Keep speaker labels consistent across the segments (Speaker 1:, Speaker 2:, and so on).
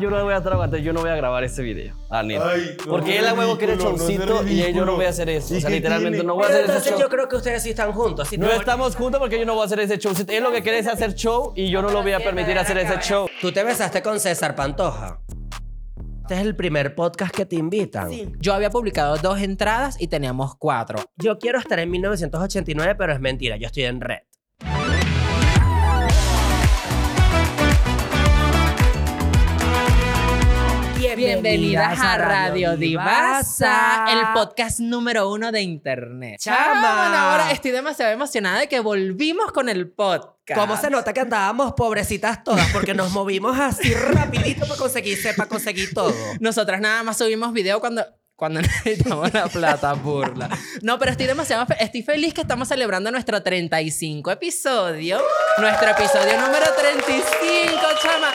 Speaker 1: yo no voy a estar aguantando, yo no voy a grabar este video. Ah, ni.
Speaker 2: Ay, no,
Speaker 1: Porque él a huevo quiere
Speaker 2: ridículo, no seas
Speaker 1: showcito y eh, yo no voy a hacer eso.
Speaker 2: ridículo.
Speaker 1: O sea,
Speaker 2: ¿Y qué
Speaker 1: literalmente
Speaker 2: tiene?
Speaker 1: no voy a
Speaker 3: Pero
Speaker 1: hacer ese
Speaker 3: entonces
Speaker 1: show.
Speaker 3: yo creo que ustedes sí están juntos. sí,
Speaker 1: No
Speaker 3: pero-
Speaker 1: estamos juntos porque yo no voy a hacer ese show. Si Él lo que quiere es hacer show y yo no lo voy a permitir hacer ese show.
Speaker 3: Tú te besaste con César Pantoja. Este es el primer podcast que te invitan.
Speaker 4: Yo había publicado dos entradas y teníamos cuatro.
Speaker 3: Yo quiero estar en 1989, pero es mentira, yo estoy en red.
Speaker 4: Bienvenidas a Radio Divasa,
Speaker 3: Divasa.
Speaker 4: el podcast número uno de internet.
Speaker 3: Chama.
Speaker 4: Chama, Ahora estoy demasiado emocionada de que volvimos con el podcast.
Speaker 3: ¿Cómo se nota que andábamos pobrecitas todas? Porque nos movimos así rapidito para conseguir, para conseguir todo.
Speaker 4: Nosotras nada más subimos video cuando, cuando necesitamos la plata, burla. No, pero estoy demasiado fe- estoy feliz que estamos celebrando nuestro 35 episodio. Nuestro episodio número 35, chama.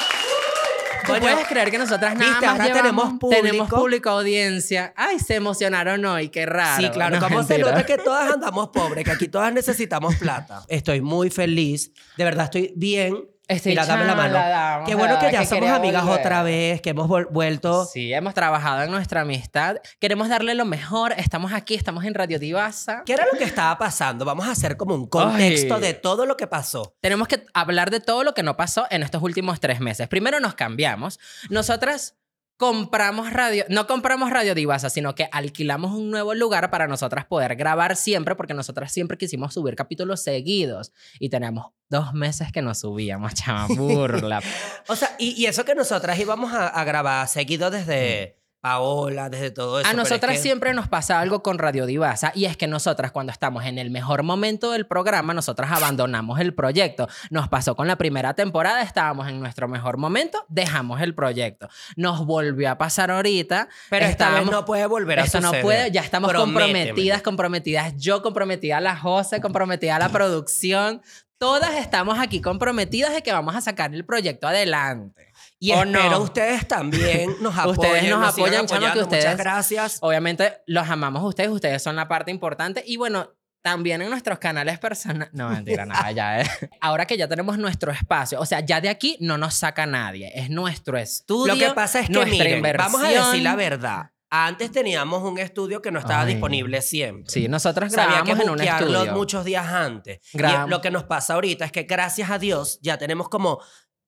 Speaker 4: ¿Tú
Speaker 3: Coño,
Speaker 4: puedes creer que nosotras nada
Speaker 3: viste,
Speaker 4: más
Speaker 3: ahora
Speaker 4: llevamos-
Speaker 3: tenemos público.
Speaker 4: tenemos público, audiencia? Ay, se emocionaron hoy, qué raro.
Speaker 3: Sí, claro.
Speaker 4: No,
Speaker 3: ¿Cómo se
Speaker 4: mentira.
Speaker 3: nota que todas andamos pobres? Que aquí todas necesitamos plata. Estoy muy feliz. De verdad, estoy bien.
Speaker 4: Estoy
Speaker 3: Mira, dame la
Speaker 4: chala,
Speaker 3: mano.
Speaker 4: dama,
Speaker 3: Qué bueno que
Speaker 4: que
Speaker 3: ya somos
Speaker 4: quería
Speaker 3: amigas
Speaker 4: volver.
Speaker 3: otra vez, que hemos vol- vuelto.
Speaker 4: Sí, hemos trabajado en nuestra amistad. Queremos darle lo mejor. Estamos aquí, estamos en Radio Divasa.
Speaker 3: ¿Qué era lo que estaba pasando? Vamos a hacer como un contexto
Speaker 4: Ay.
Speaker 3: de todo lo que pasó.
Speaker 4: Tenemos que hablar de todo lo que no pasó en estos últimos tres meses. Primero nos cambiamos. Nosotras compramos radio, no compramos Radio Divasa, sino que alquilamos un nuevo lugar para nosotras poder grabar siempre, porque nosotras siempre quisimos subir capítulos seguidos. Y tenemos dos meses que no subíamos, chama burla.
Speaker 3: O sea, y, y eso que nosotras íbamos a, a grabar seguido desde Paola, desde todo eso.
Speaker 4: Mm. A
Speaker 3: pero es
Speaker 4: nosotras
Speaker 3: que-
Speaker 4: siempre nos pasa algo con Radio Divasa y es que nosotras cuando estamos en el mejor momento del programa, nosotras abandonamos el proyecto. Nos pasó con la primera temporada, estábamos en nuestro mejor momento, dejamos el proyecto. Nos volvió a pasar ahorita,
Speaker 3: Pero esta vez
Speaker 4: estábamos-
Speaker 3: no puede volver a
Speaker 4: Eso no
Speaker 3: suceder.
Speaker 4: puede, ya estamos
Speaker 3: Prométemelo.
Speaker 4: comprometidas, comprometidas yo, comprometida la José, comprometida la producción. Todas estamos aquí comprometidas de que vamos a sacar el proyecto adelante.
Speaker 3: Y
Speaker 4: ¿O
Speaker 3: espero
Speaker 4: no?
Speaker 3: ustedes también nos apoyen.
Speaker 4: Ustedes
Speaker 3: sigan
Speaker 4: nos apoyan, chama, que
Speaker 3: apoyando. Muchas
Speaker 4: ustedes-
Speaker 3: gracias.
Speaker 4: Obviamente los amamos a ustedes, ustedes son la parte importante y bueno, también en nuestros canales personales. No, mentira, nada, ya es. Ahora que ya tenemos nuestro espacio, o sea, ya de aquí no nos saca nadie, es nuestro estudio.
Speaker 3: Lo que pasa es que,
Speaker 4: nuestra
Speaker 3: miren, vamos a decir
Speaker 4: inversión.
Speaker 3: la verdad. Antes teníamos un estudio que no estaba
Speaker 4: Ay.
Speaker 3: disponible siempre.
Speaker 4: Sí, nosotros
Speaker 3: Sabía que
Speaker 4: grabamos en un
Speaker 3: buquearlo
Speaker 4: estudio.
Speaker 3: muchos días antes. Y
Speaker 4: Grabamos.
Speaker 3: lo que nos pasa ahorita es que gracias a Dios ya tenemos como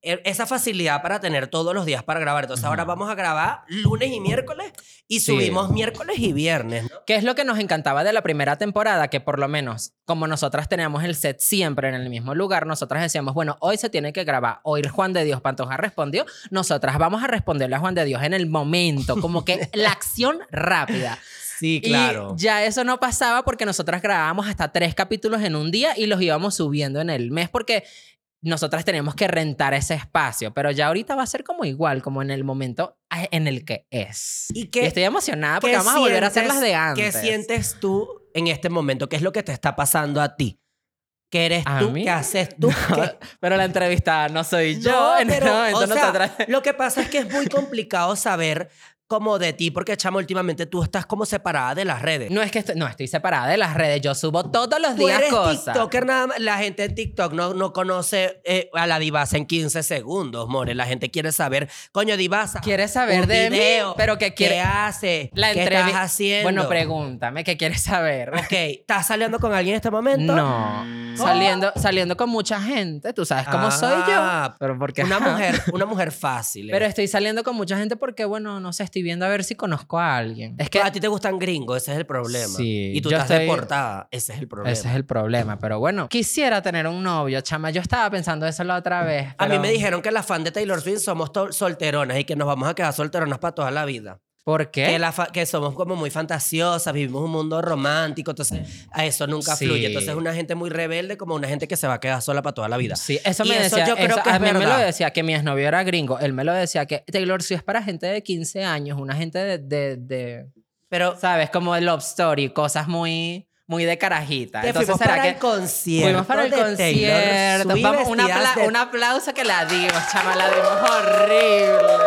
Speaker 3: e- esa facilidad para tener todos los días para grabar. Entonces ahora vamos a grabar lunes y miércoles y
Speaker 4: Sí.
Speaker 3: subimos miércoles y viernes. ¿no?
Speaker 4: ¿Qué es lo que nos encantaba de la primera temporada? Que por lo menos, como nosotras teníamos el set siempre en el mismo lugar, nosotras decíamos, bueno, hoy se tiene que grabar. Hoy el Juan de Dios Pantoja respondió. Nosotras vamos a responderle a Juan de Dios en el momento, como que la acción rápida.
Speaker 3: Sí,
Speaker 4: Y ya eso no pasaba porque nosotras grabábamos hasta tres capítulos en un día y los íbamos subiendo en el mes porque nosotras tenemos que rentar ese espacio. Pero ya ahorita va a ser como igual, como en el momento a- en el que es.
Speaker 3: ¿Y qué-
Speaker 4: estoy emocionada porque
Speaker 3: ¿Qué
Speaker 4: vamos a volver a hacer
Speaker 3: sientes-
Speaker 4: las de antes.
Speaker 3: ¿Qué sientes tú en este momento? ¿Qué es lo que te está pasando a ti? ¿Qué eres
Speaker 4: ¿A
Speaker 3: tú?
Speaker 4: mí?
Speaker 3: ¿Qué haces tú? ¿Qué-
Speaker 4: Pero la entrevistada no soy yo.
Speaker 3: No,
Speaker 4: en
Speaker 3: pero,
Speaker 4: este momento
Speaker 3: o sea,
Speaker 4: nosotras-
Speaker 3: Lo que pasa es que es muy complicado saber como de ti, porque chamo, últimamente tú estás como separada de las redes.
Speaker 4: No es que estoy, no, estoy separada de las redes. Yo subo todos los
Speaker 3: Tú
Speaker 4: días
Speaker 3: eres
Speaker 4: cosas.
Speaker 3: TikToker nada más. La gente en TikTok no, no conoce eh, a la divasa en 15 segundos, more. La gente quiere saber, coño, divasa.
Speaker 4: Quiere saber
Speaker 3: un
Speaker 4: de mí,
Speaker 3: video,
Speaker 4: pero que quiere-
Speaker 3: ¿Qué hace?
Speaker 4: La
Speaker 3: ¿Qué
Speaker 4: entrevi-
Speaker 3: estás haciendo?
Speaker 4: Bueno, pregúntame, ¿qué quieres saber?
Speaker 3: Ok, ¿estás saliendo con alguien en este momento?
Speaker 4: No, saliendo, saliendo con mucha gente, tú sabes cómo
Speaker 3: Ah,
Speaker 4: soy yo. Pero porque
Speaker 3: Una mujer, una mujer fácil. eh.
Speaker 4: Pero estoy saliendo con mucha gente porque, bueno, no sé, estoy viendo a ver si conozco a alguien. Es que
Speaker 3: a ti te gustan gringos, ese es el problema.
Speaker 4: Sí,
Speaker 3: y tú
Speaker 4: yo
Speaker 3: estás
Speaker 4: estoy-
Speaker 3: deportada, ese es el problema.
Speaker 4: ese es el problema. Pero bueno, quisiera tener un novio, chama. Yo estaba pensando eso la otra vez.
Speaker 3: A mí
Speaker 4: pero-
Speaker 3: me dijeron que las fans de Taylor Swift somos to- solteronas y que nos vamos a quedar solteronas para toda la vida.
Speaker 4: ¿Por qué?
Speaker 3: Que, la fa- que somos como muy fantasiosas, vivimos un mundo romántico, entonces a eso nunca
Speaker 4: Sí.
Speaker 3: fluye. Entonces es una gente muy rebelde como una gente que se va a quedar sola para toda la vida.
Speaker 4: Sí, eso
Speaker 3: Y
Speaker 4: me
Speaker 3: eso
Speaker 4: decía.
Speaker 3: yo creo
Speaker 4: eso-
Speaker 3: que
Speaker 4: a
Speaker 3: es
Speaker 4: mí me lo
Speaker 3: verdad.
Speaker 4: decía que mi exnovio era gringo. Él me lo decía que Taylor Swift es para gente de 15 años, una gente de, de, de-
Speaker 3: Pero
Speaker 4: ¿sabes? Como de love story, cosas muy, muy de carajita.
Speaker 3: te
Speaker 4: Entonces,
Speaker 3: fuimos
Speaker 4: ¿será
Speaker 3: para
Speaker 4: que
Speaker 3: el concierto
Speaker 4: Fuimos para el
Speaker 3: de Taylor
Speaker 4: concierto.
Speaker 3: Swift
Speaker 4: Vamos, un,
Speaker 3: vestidas
Speaker 4: apla-
Speaker 3: de-
Speaker 4: un aplauso que la dimos, chama, la dimos horrible.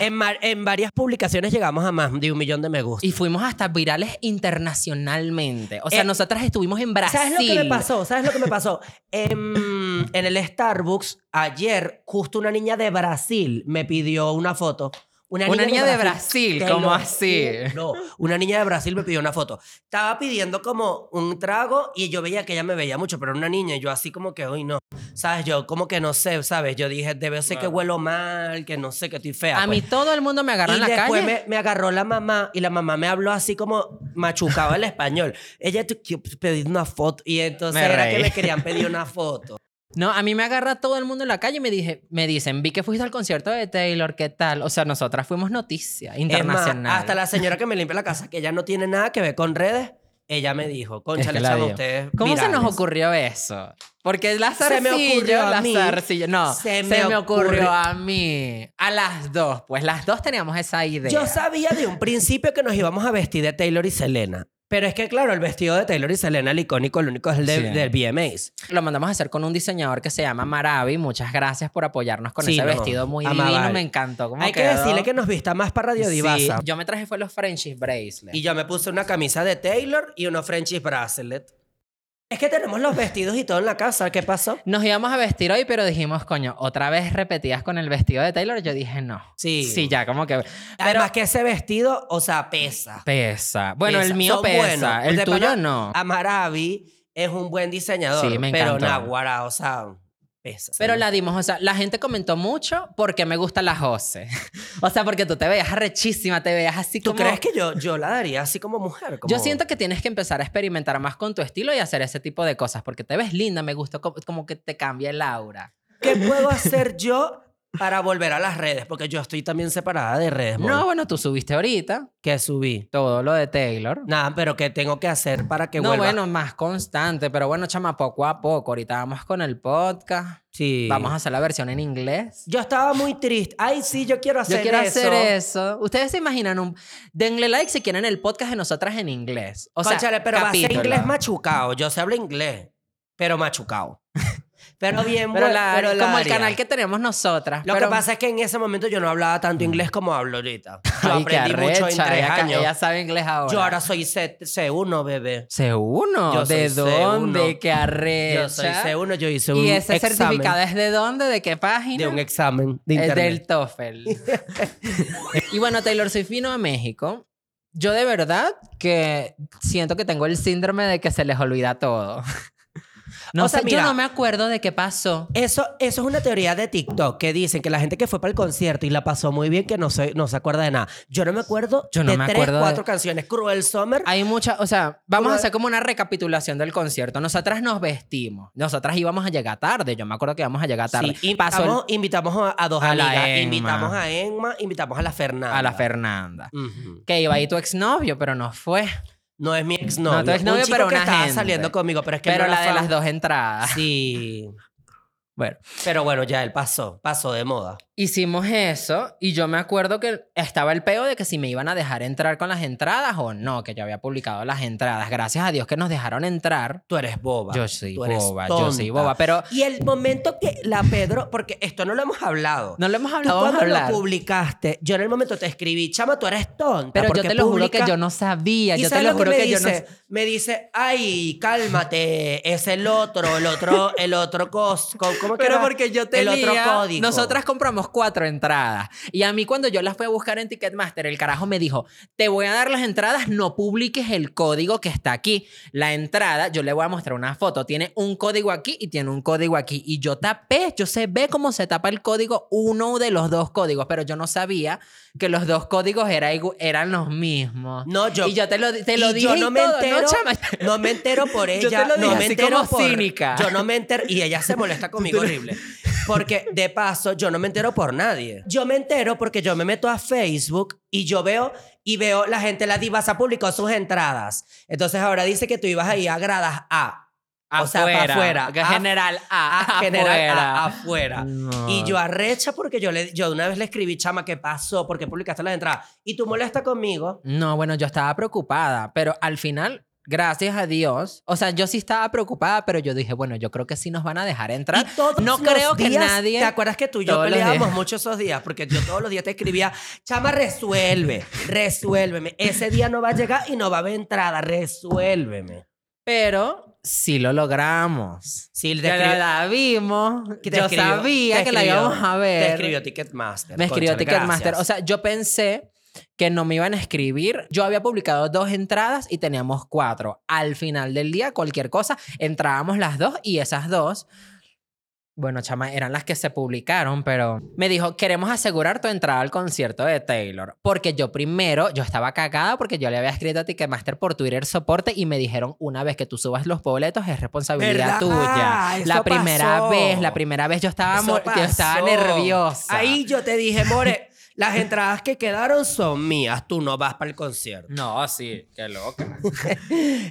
Speaker 3: en, mar- en varias publicaciones llegamos a más de un millón de me gusta.
Speaker 4: Y fuimos hasta virales internacionalmente. O sea,
Speaker 3: Eh,
Speaker 4: nosotras estuvimos en Brasil.
Speaker 3: ¿Sabes lo que me pasó? ¿Sabes lo que me pasó? Em, mm, en el Starbucks, ayer, justo una niña de Brasil me pidió una foto. Una niña,
Speaker 4: Una niña de Brasil,
Speaker 3: Te
Speaker 4: ¿cómo
Speaker 3: lo
Speaker 4: así?
Speaker 3: juro. una niña de Brasil me pidió una foto. Estaba pidiendo como un trago y yo veía que ella me veía mucho, pero era una niña y yo así como que hoy no. ¿Sabes? Yo como que no sé, ¿sabes? Yo dije, debe ser que huelo mal, que no sé, que estoy fea.
Speaker 4: A
Speaker 3: pues
Speaker 4: mí todo el mundo me agarra
Speaker 3: y
Speaker 4: en la
Speaker 3: después
Speaker 4: calle.
Speaker 3: Me, me agarró la mamá y la mamá me habló así como machucaba el español. Ella te quiero pedir una foto y entonces
Speaker 4: Me
Speaker 3: era
Speaker 4: reí.
Speaker 3: que me querían pedir una foto.
Speaker 4: No, a mí me agarra todo el mundo en la calle y me, dije, me dicen, vi que fuiste al concierto de Taylor, ¿qué tal? O sea, nosotras fuimos noticia
Speaker 3: Es más,
Speaker 4: internacional.
Speaker 3: hasta la señora que me limpia la casa, que ella no tiene nada que ver con redes, ella me dijo, concha,
Speaker 4: Es que
Speaker 3: le
Speaker 4: la
Speaker 3: chamo,
Speaker 4: dio.
Speaker 3: ustedes
Speaker 4: ¿Cómo se nos
Speaker 3: virales".
Speaker 4: ocurrió eso? Porque la
Speaker 3: Se me ocurrió
Speaker 4: zarcillo,
Speaker 3: a
Speaker 4: la
Speaker 3: mí.
Speaker 4: zarcillo, no, se,
Speaker 3: Se
Speaker 4: me,
Speaker 3: me
Speaker 4: ocurrió,
Speaker 3: ocurrió.
Speaker 4: a mí. A las dos, pues las dos teníamos esa idea.
Speaker 3: Yo sabía de un principio que nos íbamos a vestir de Taylor y Selena. Pero es que, claro, el vestido de Taylor y Selena, el icónico, el único es el de-
Speaker 4: Sí.
Speaker 3: del VMAs.
Speaker 4: Lo mandamos a hacer con un diseñador que se llama Maravi. Muchas gracias por apoyarnos con
Speaker 3: Sí,
Speaker 4: ese
Speaker 3: no,
Speaker 4: vestido muy
Speaker 3: amaba.
Speaker 4: divino. Me encantó. cómo
Speaker 3: Hay que
Speaker 4: quedó.
Speaker 3: decirle que nos vista más para Radio
Speaker 4: Sí,
Speaker 3: Divasa.
Speaker 4: yo me traje fue los Frenchies Bracelet.
Speaker 3: Y yo me puse una camisa de Taylor y unos Frenchies bracelet. Es que tenemos los vestidos y todo en la casa. ¿Qué pasó?
Speaker 4: Nos íbamos a vestir hoy, pero dijimos, coño, otra vez repetidas con el vestido de Taylor. Yo dije, no.
Speaker 3: Sí.
Speaker 4: Sí, ya, como que
Speaker 3: Además que ese vestido, o sea, pesa.
Speaker 4: pesa. Bueno,
Speaker 3: Pesa.
Speaker 4: el mío
Speaker 3: Son
Speaker 4: pesa.
Speaker 3: buenos. Ah,
Speaker 4: El
Speaker 3: De
Speaker 4: tuyo
Speaker 3: pana,
Speaker 4: no.
Speaker 3: Amaravi es un buen diseñador.
Speaker 4: Sí, me
Speaker 3: pero
Speaker 4: encantó.
Speaker 3: Naguará, o sea, pesa.
Speaker 4: Pero la dimos, o sea, la gente comentó mucho porque me gusta la Jose. o sea, porque tú te veías arrechísima, te veías así
Speaker 3: ¿Tú
Speaker 4: como...
Speaker 3: crees que yo, yo la daría así como mujer? Como-
Speaker 4: Yo siento que tienes que empezar a experimentar más con tu estilo y hacer ese tipo de cosas porque te ves linda, me gusta co- como, que te cambia el aura.
Speaker 3: ¿Qué puedo hacer yo para volver a las redes? Porque yo estoy también separada de redes.
Speaker 4: No,
Speaker 3: No.
Speaker 4: bueno, tú subiste ahorita
Speaker 3: ¿Qué subí?
Speaker 4: todo lo de Taylor.
Speaker 3: Nada, pero ¿qué tengo que hacer para que
Speaker 4: no,
Speaker 3: vuelva?
Speaker 4: bueno, más constante, pero bueno, chama, poco a poco. Ahorita vamos con el podcast.
Speaker 3: sí.
Speaker 4: Vamos a hacer la versión en inglés.
Speaker 3: Yo estaba muy triste. Ay, sí, yo quiero hacer
Speaker 4: Yo quiero
Speaker 3: eso.
Speaker 4: hacer eso. Ustedes se imaginan un... Denle like si quieren el podcast de nosotras en inglés. O sea,
Speaker 3: Cónchale, pero va a
Speaker 4: capítulo.
Speaker 3: ser inglés machucado. Yo sé hablo inglés, pero machucado. Pero bien,
Speaker 4: Pero,
Speaker 3: buen-
Speaker 4: la-
Speaker 3: pero la
Speaker 4: como el
Speaker 3: área.
Speaker 4: canal que tenemos nosotras.
Speaker 3: Lo
Speaker 4: pero-
Speaker 3: que pasa es que en ese momento yo no hablaba tanto inglés como hablo ahorita. Yo
Speaker 4: Ay, qué
Speaker 3: aprendí mucho en
Speaker 4: arrecha,
Speaker 3: tres
Speaker 4: ella,
Speaker 3: años.
Speaker 4: ella sabe inglés ahora.
Speaker 3: Yo ahora soy C, 1 bebé.
Speaker 4: C1.
Speaker 3: Yo soy
Speaker 4: ¿De dónde?
Speaker 3: C1.
Speaker 4: Qué arrecha.
Speaker 3: Yo soy C1, yo hice un
Speaker 4: ¿Y ese
Speaker 3: examen
Speaker 4: certificado es de dónde? ¿De qué página?
Speaker 3: de un examen de
Speaker 4: Eh,
Speaker 3: internet.
Speaker 4: del TOEFL. y bueno, Taylor, soy fino a México. Yo de verdad que siento que tengo el síndrome de que se les olvida todo. No
Speaker 3: O sea,
Speaker 4: sé,
Speaker 3: mira.
Speaker 4: yo no me acuerdo de qué pasó.
Speaker 3: Eso, eso es una teoría de TikTok que dicen que la gente que fue para el concierto y la pasó muy bien que no se, no se acuerda de nada. Yo no me acuerdo
Speaker 4: Yo no
Speaker 3: de
Speaker 4: me
Speaker 3: tres,
Speaker 4: acuerdo de-
Speaker 3: cuatro canciones. Cruel Summer.
Speaker 4: Hay muchas, o sea, vamos a
Speaker 3: Una-
Speaker 4: hacer como una recapitulación del concierto. Nosotras nos vestimos. Nosotras íbamos a llegar tarde. Yo me acuerdo que íbamos a llegar tarde.
Speaker 3: Sí,
Speaker 4: Pasó el-
Speaker 3: invitamos, invitamos a, a dos
Speaker 4: A la
Speaker 3: amigas.
Speaker 4: Emma.
Speaker 3: Invitamos a Emma, invitamos a la Fernanda.
Speaker 4: a la Fernanda.
Speaker 3: Ujú.
Speaker 4: Que iba ahí tu exnovio, pero no fue.
Speaker 3: No es mi exnovio.
Speaker 4: No, tu exnovio,
Speaker 3: un chico
Speaker 4: pero
Speaker 3: que
Speaker 4: una
Speaker 3: estaba
Speaker 4: gente.
Speaker 3: saliendo conmigo, pero es que
Speaker 4: Pero
Speaker 3: no era
Speaker 4: la de
Speaker 3: fan.
Speaker 4: las dos entradas.
Speaker 3: Sí.
Speaker 4: Bueno,
Speaker 3: Pero bueno, ya él pasó, pasó de moda.
Speaker 4: hicimos eso y yo me acuerdo que estaba el peo de que si me iban a dejar entrar con las entradas o no, que yo había publicado las entradas. Gracias a Dios que nos dejaron entrar.
Speaker 3: Tú eres boba.
Speaker 4: Yo soy
Speaker 3: Tú eres
Speaker 4: boba, yo soy
Speaker 3: tonta.
Speaker 4: boba. Pero
Speaker 3: Y el momento que la Pedro, porque esto no lo hemos hablado.
Speaker 4: no lo hemos
Speaker 3: Tú
Speaker 4: hablado, vamos
Speaker 3: cuando
Speaker 4: a hablar.
Speaker 3: lo publicaste, yo en el momento te escribí, chama, tú eres tonta.
Speaker 4: Pero
Speaker 3: Ah,
Speaker 4: yo
Speaker 3: porque
Speaker 4: te lo juro que
Speaker 3: publicas-
Speaker 4: yo no sabía.
Speaker 3: ¿Y
Speaker 4: Yo te
Speaker 3: sabes
Speaker 4: lo
Speaker 3: lo que
Speaker 4: juro
Speaker 3: me
Speaker 4: que, yo no
Speaker 3: dice? Me dice, ay, cálmate, es el otro, el otro, el otro cos, co- ¿cómo que
Speaker 4: Pero
Speaker 3: era?
Speaker 4: porque yo
Speaker 3: El
Speaker 4: tenía...
Speaker 3: otro código.
Speaker 4: Nosotras compramos cuatro entradas. Y a mí cuando yo las fui a buscar en Ticketmaster, el carajo me dijo, te voy a dar las entradas, no publiques el código que está aquí. La entrada, yo le voy a mostrar una foto, tiene un código aquí y tiene un código aquí. Y yo tapé, yo sé, ve cómo se tapa el código, uno de los dos códigos, pero yo no sabía que los dos códigos era igu- eran los mismos.
Speaker 3: No, yo-
Speaker 4: y yo te lo, te lo
Speaker 3: Y
Speaker 4: dije
Speaker 3: yo
Speaker 4: y
Speaker 3: no me
Speaker 4: todo,
Speaker 3: entero,
Speaker 4: chama?
Speaker 3: no me entero por ella,
Speaker 4: Yo te lo dije
Speaker 3: no me
Speaker 4: así
Speaker 3: entero
Speaker 4: como
Speaker 3: por
Speaker 4: cínica.
Speaker 3: Yo no me entero y ella se molesta conmigo horrible. Porque de paso yo no me entero por nadie. Yo me entero porque yo me meto a Facebook y yo veo y veo la gente la divasa publicó sus entradas. Entonces ahora dice que tú ibas ahí a gradas A. O sea, para afuera.
Speaker 4: que
Speaker 3: A-
Speaker 4: General A.
Speaker 3: a general ah,
Speaker 4: afuera.
Speaker 3: a- afuera.
Speaker 4: No.
Speaker 3: Y yo arrecha porque yo, le, yo una vez le escribí, chama, ¿qué pasó? Porque publicaste las entradas. Y tú molesta conmigo.
Speaker 4: No, bueno, yo estaba preocupada, pero al final, gracias a Dios, o sea, yo sí estaba preocupada, pero yo dije, bueno, yo creo que sí nos van a dejar entrar.
Speaker 3: Y todos
Speaker 4: No
Speaker 3: los
Speaker 4: creo que
Speaker 3: días,
Speaker 4: nadie-
Speaker 3: ¿Te acuerdas que tú y yo
Speaker 4: Todos los
Speaker 3: peleábamos
Speaker 4: días.
Speaker 3: mucho esos días? Porque yo todos los días te escribía, chama, resuelve, resuélveme. Ese día no va a llegar y no va a haber entrada, resuélveme.
Speaker 4: Pero sí lo logramos.
Speaker 3: Sí, te
Speaker 4: Ya
Speaker 3: escribió-
Speaker 4: la vimos.
Speaker 3: te
Speaker 4: Yo
Speaker 3: escribió-
Speaker 4: sabía
Speaker 3: te
Speaker 4: que la
Speaker 3: escribió-
Speaker 4: íbamos a ver.
Speaker 3: Te escribió Ticketmaster.
Speaker 4: Me escribió
Speaker 3: cónchale,
Speaker 4: Ticketmaster.
Speaker 3: gracias.
Speaker 4: O sea, yo pensé que no me iban a escribir. Yo había publicado dos entradas y teníamos cuatro. Al final del día, cualquier cosa, entrábamos las dos y esas dos, bueno, chama, eran las que se publicaron, pero me dijo, queremos asegurar tu entrada al concierto de Taylor. Porque yo primero, yo estaba cagada porque yo le había escrito a Ticketmaster por Twitter soporte y me dijeron, una vez que tú subas los boletos, es
Speaker 3: ¿Verdad?
Speaker 4: responsabilidad tuya.
Speaker 3: Ah, eso
Speaker 4: La primera
Speaker 3: pasó.
Speaker 4: vez, la primera vez yo estaba,
Speaker 3: Eso
Speaker 4: mo- yo estaba
Speaker 3: pasó.
Speaker 4: nerviosa.
Speaker 3: Ahí yo te dije, More, las entradas que quedaron son mías. Tú no vas para el concierto.
Speaker 4: No, sí, qué loca.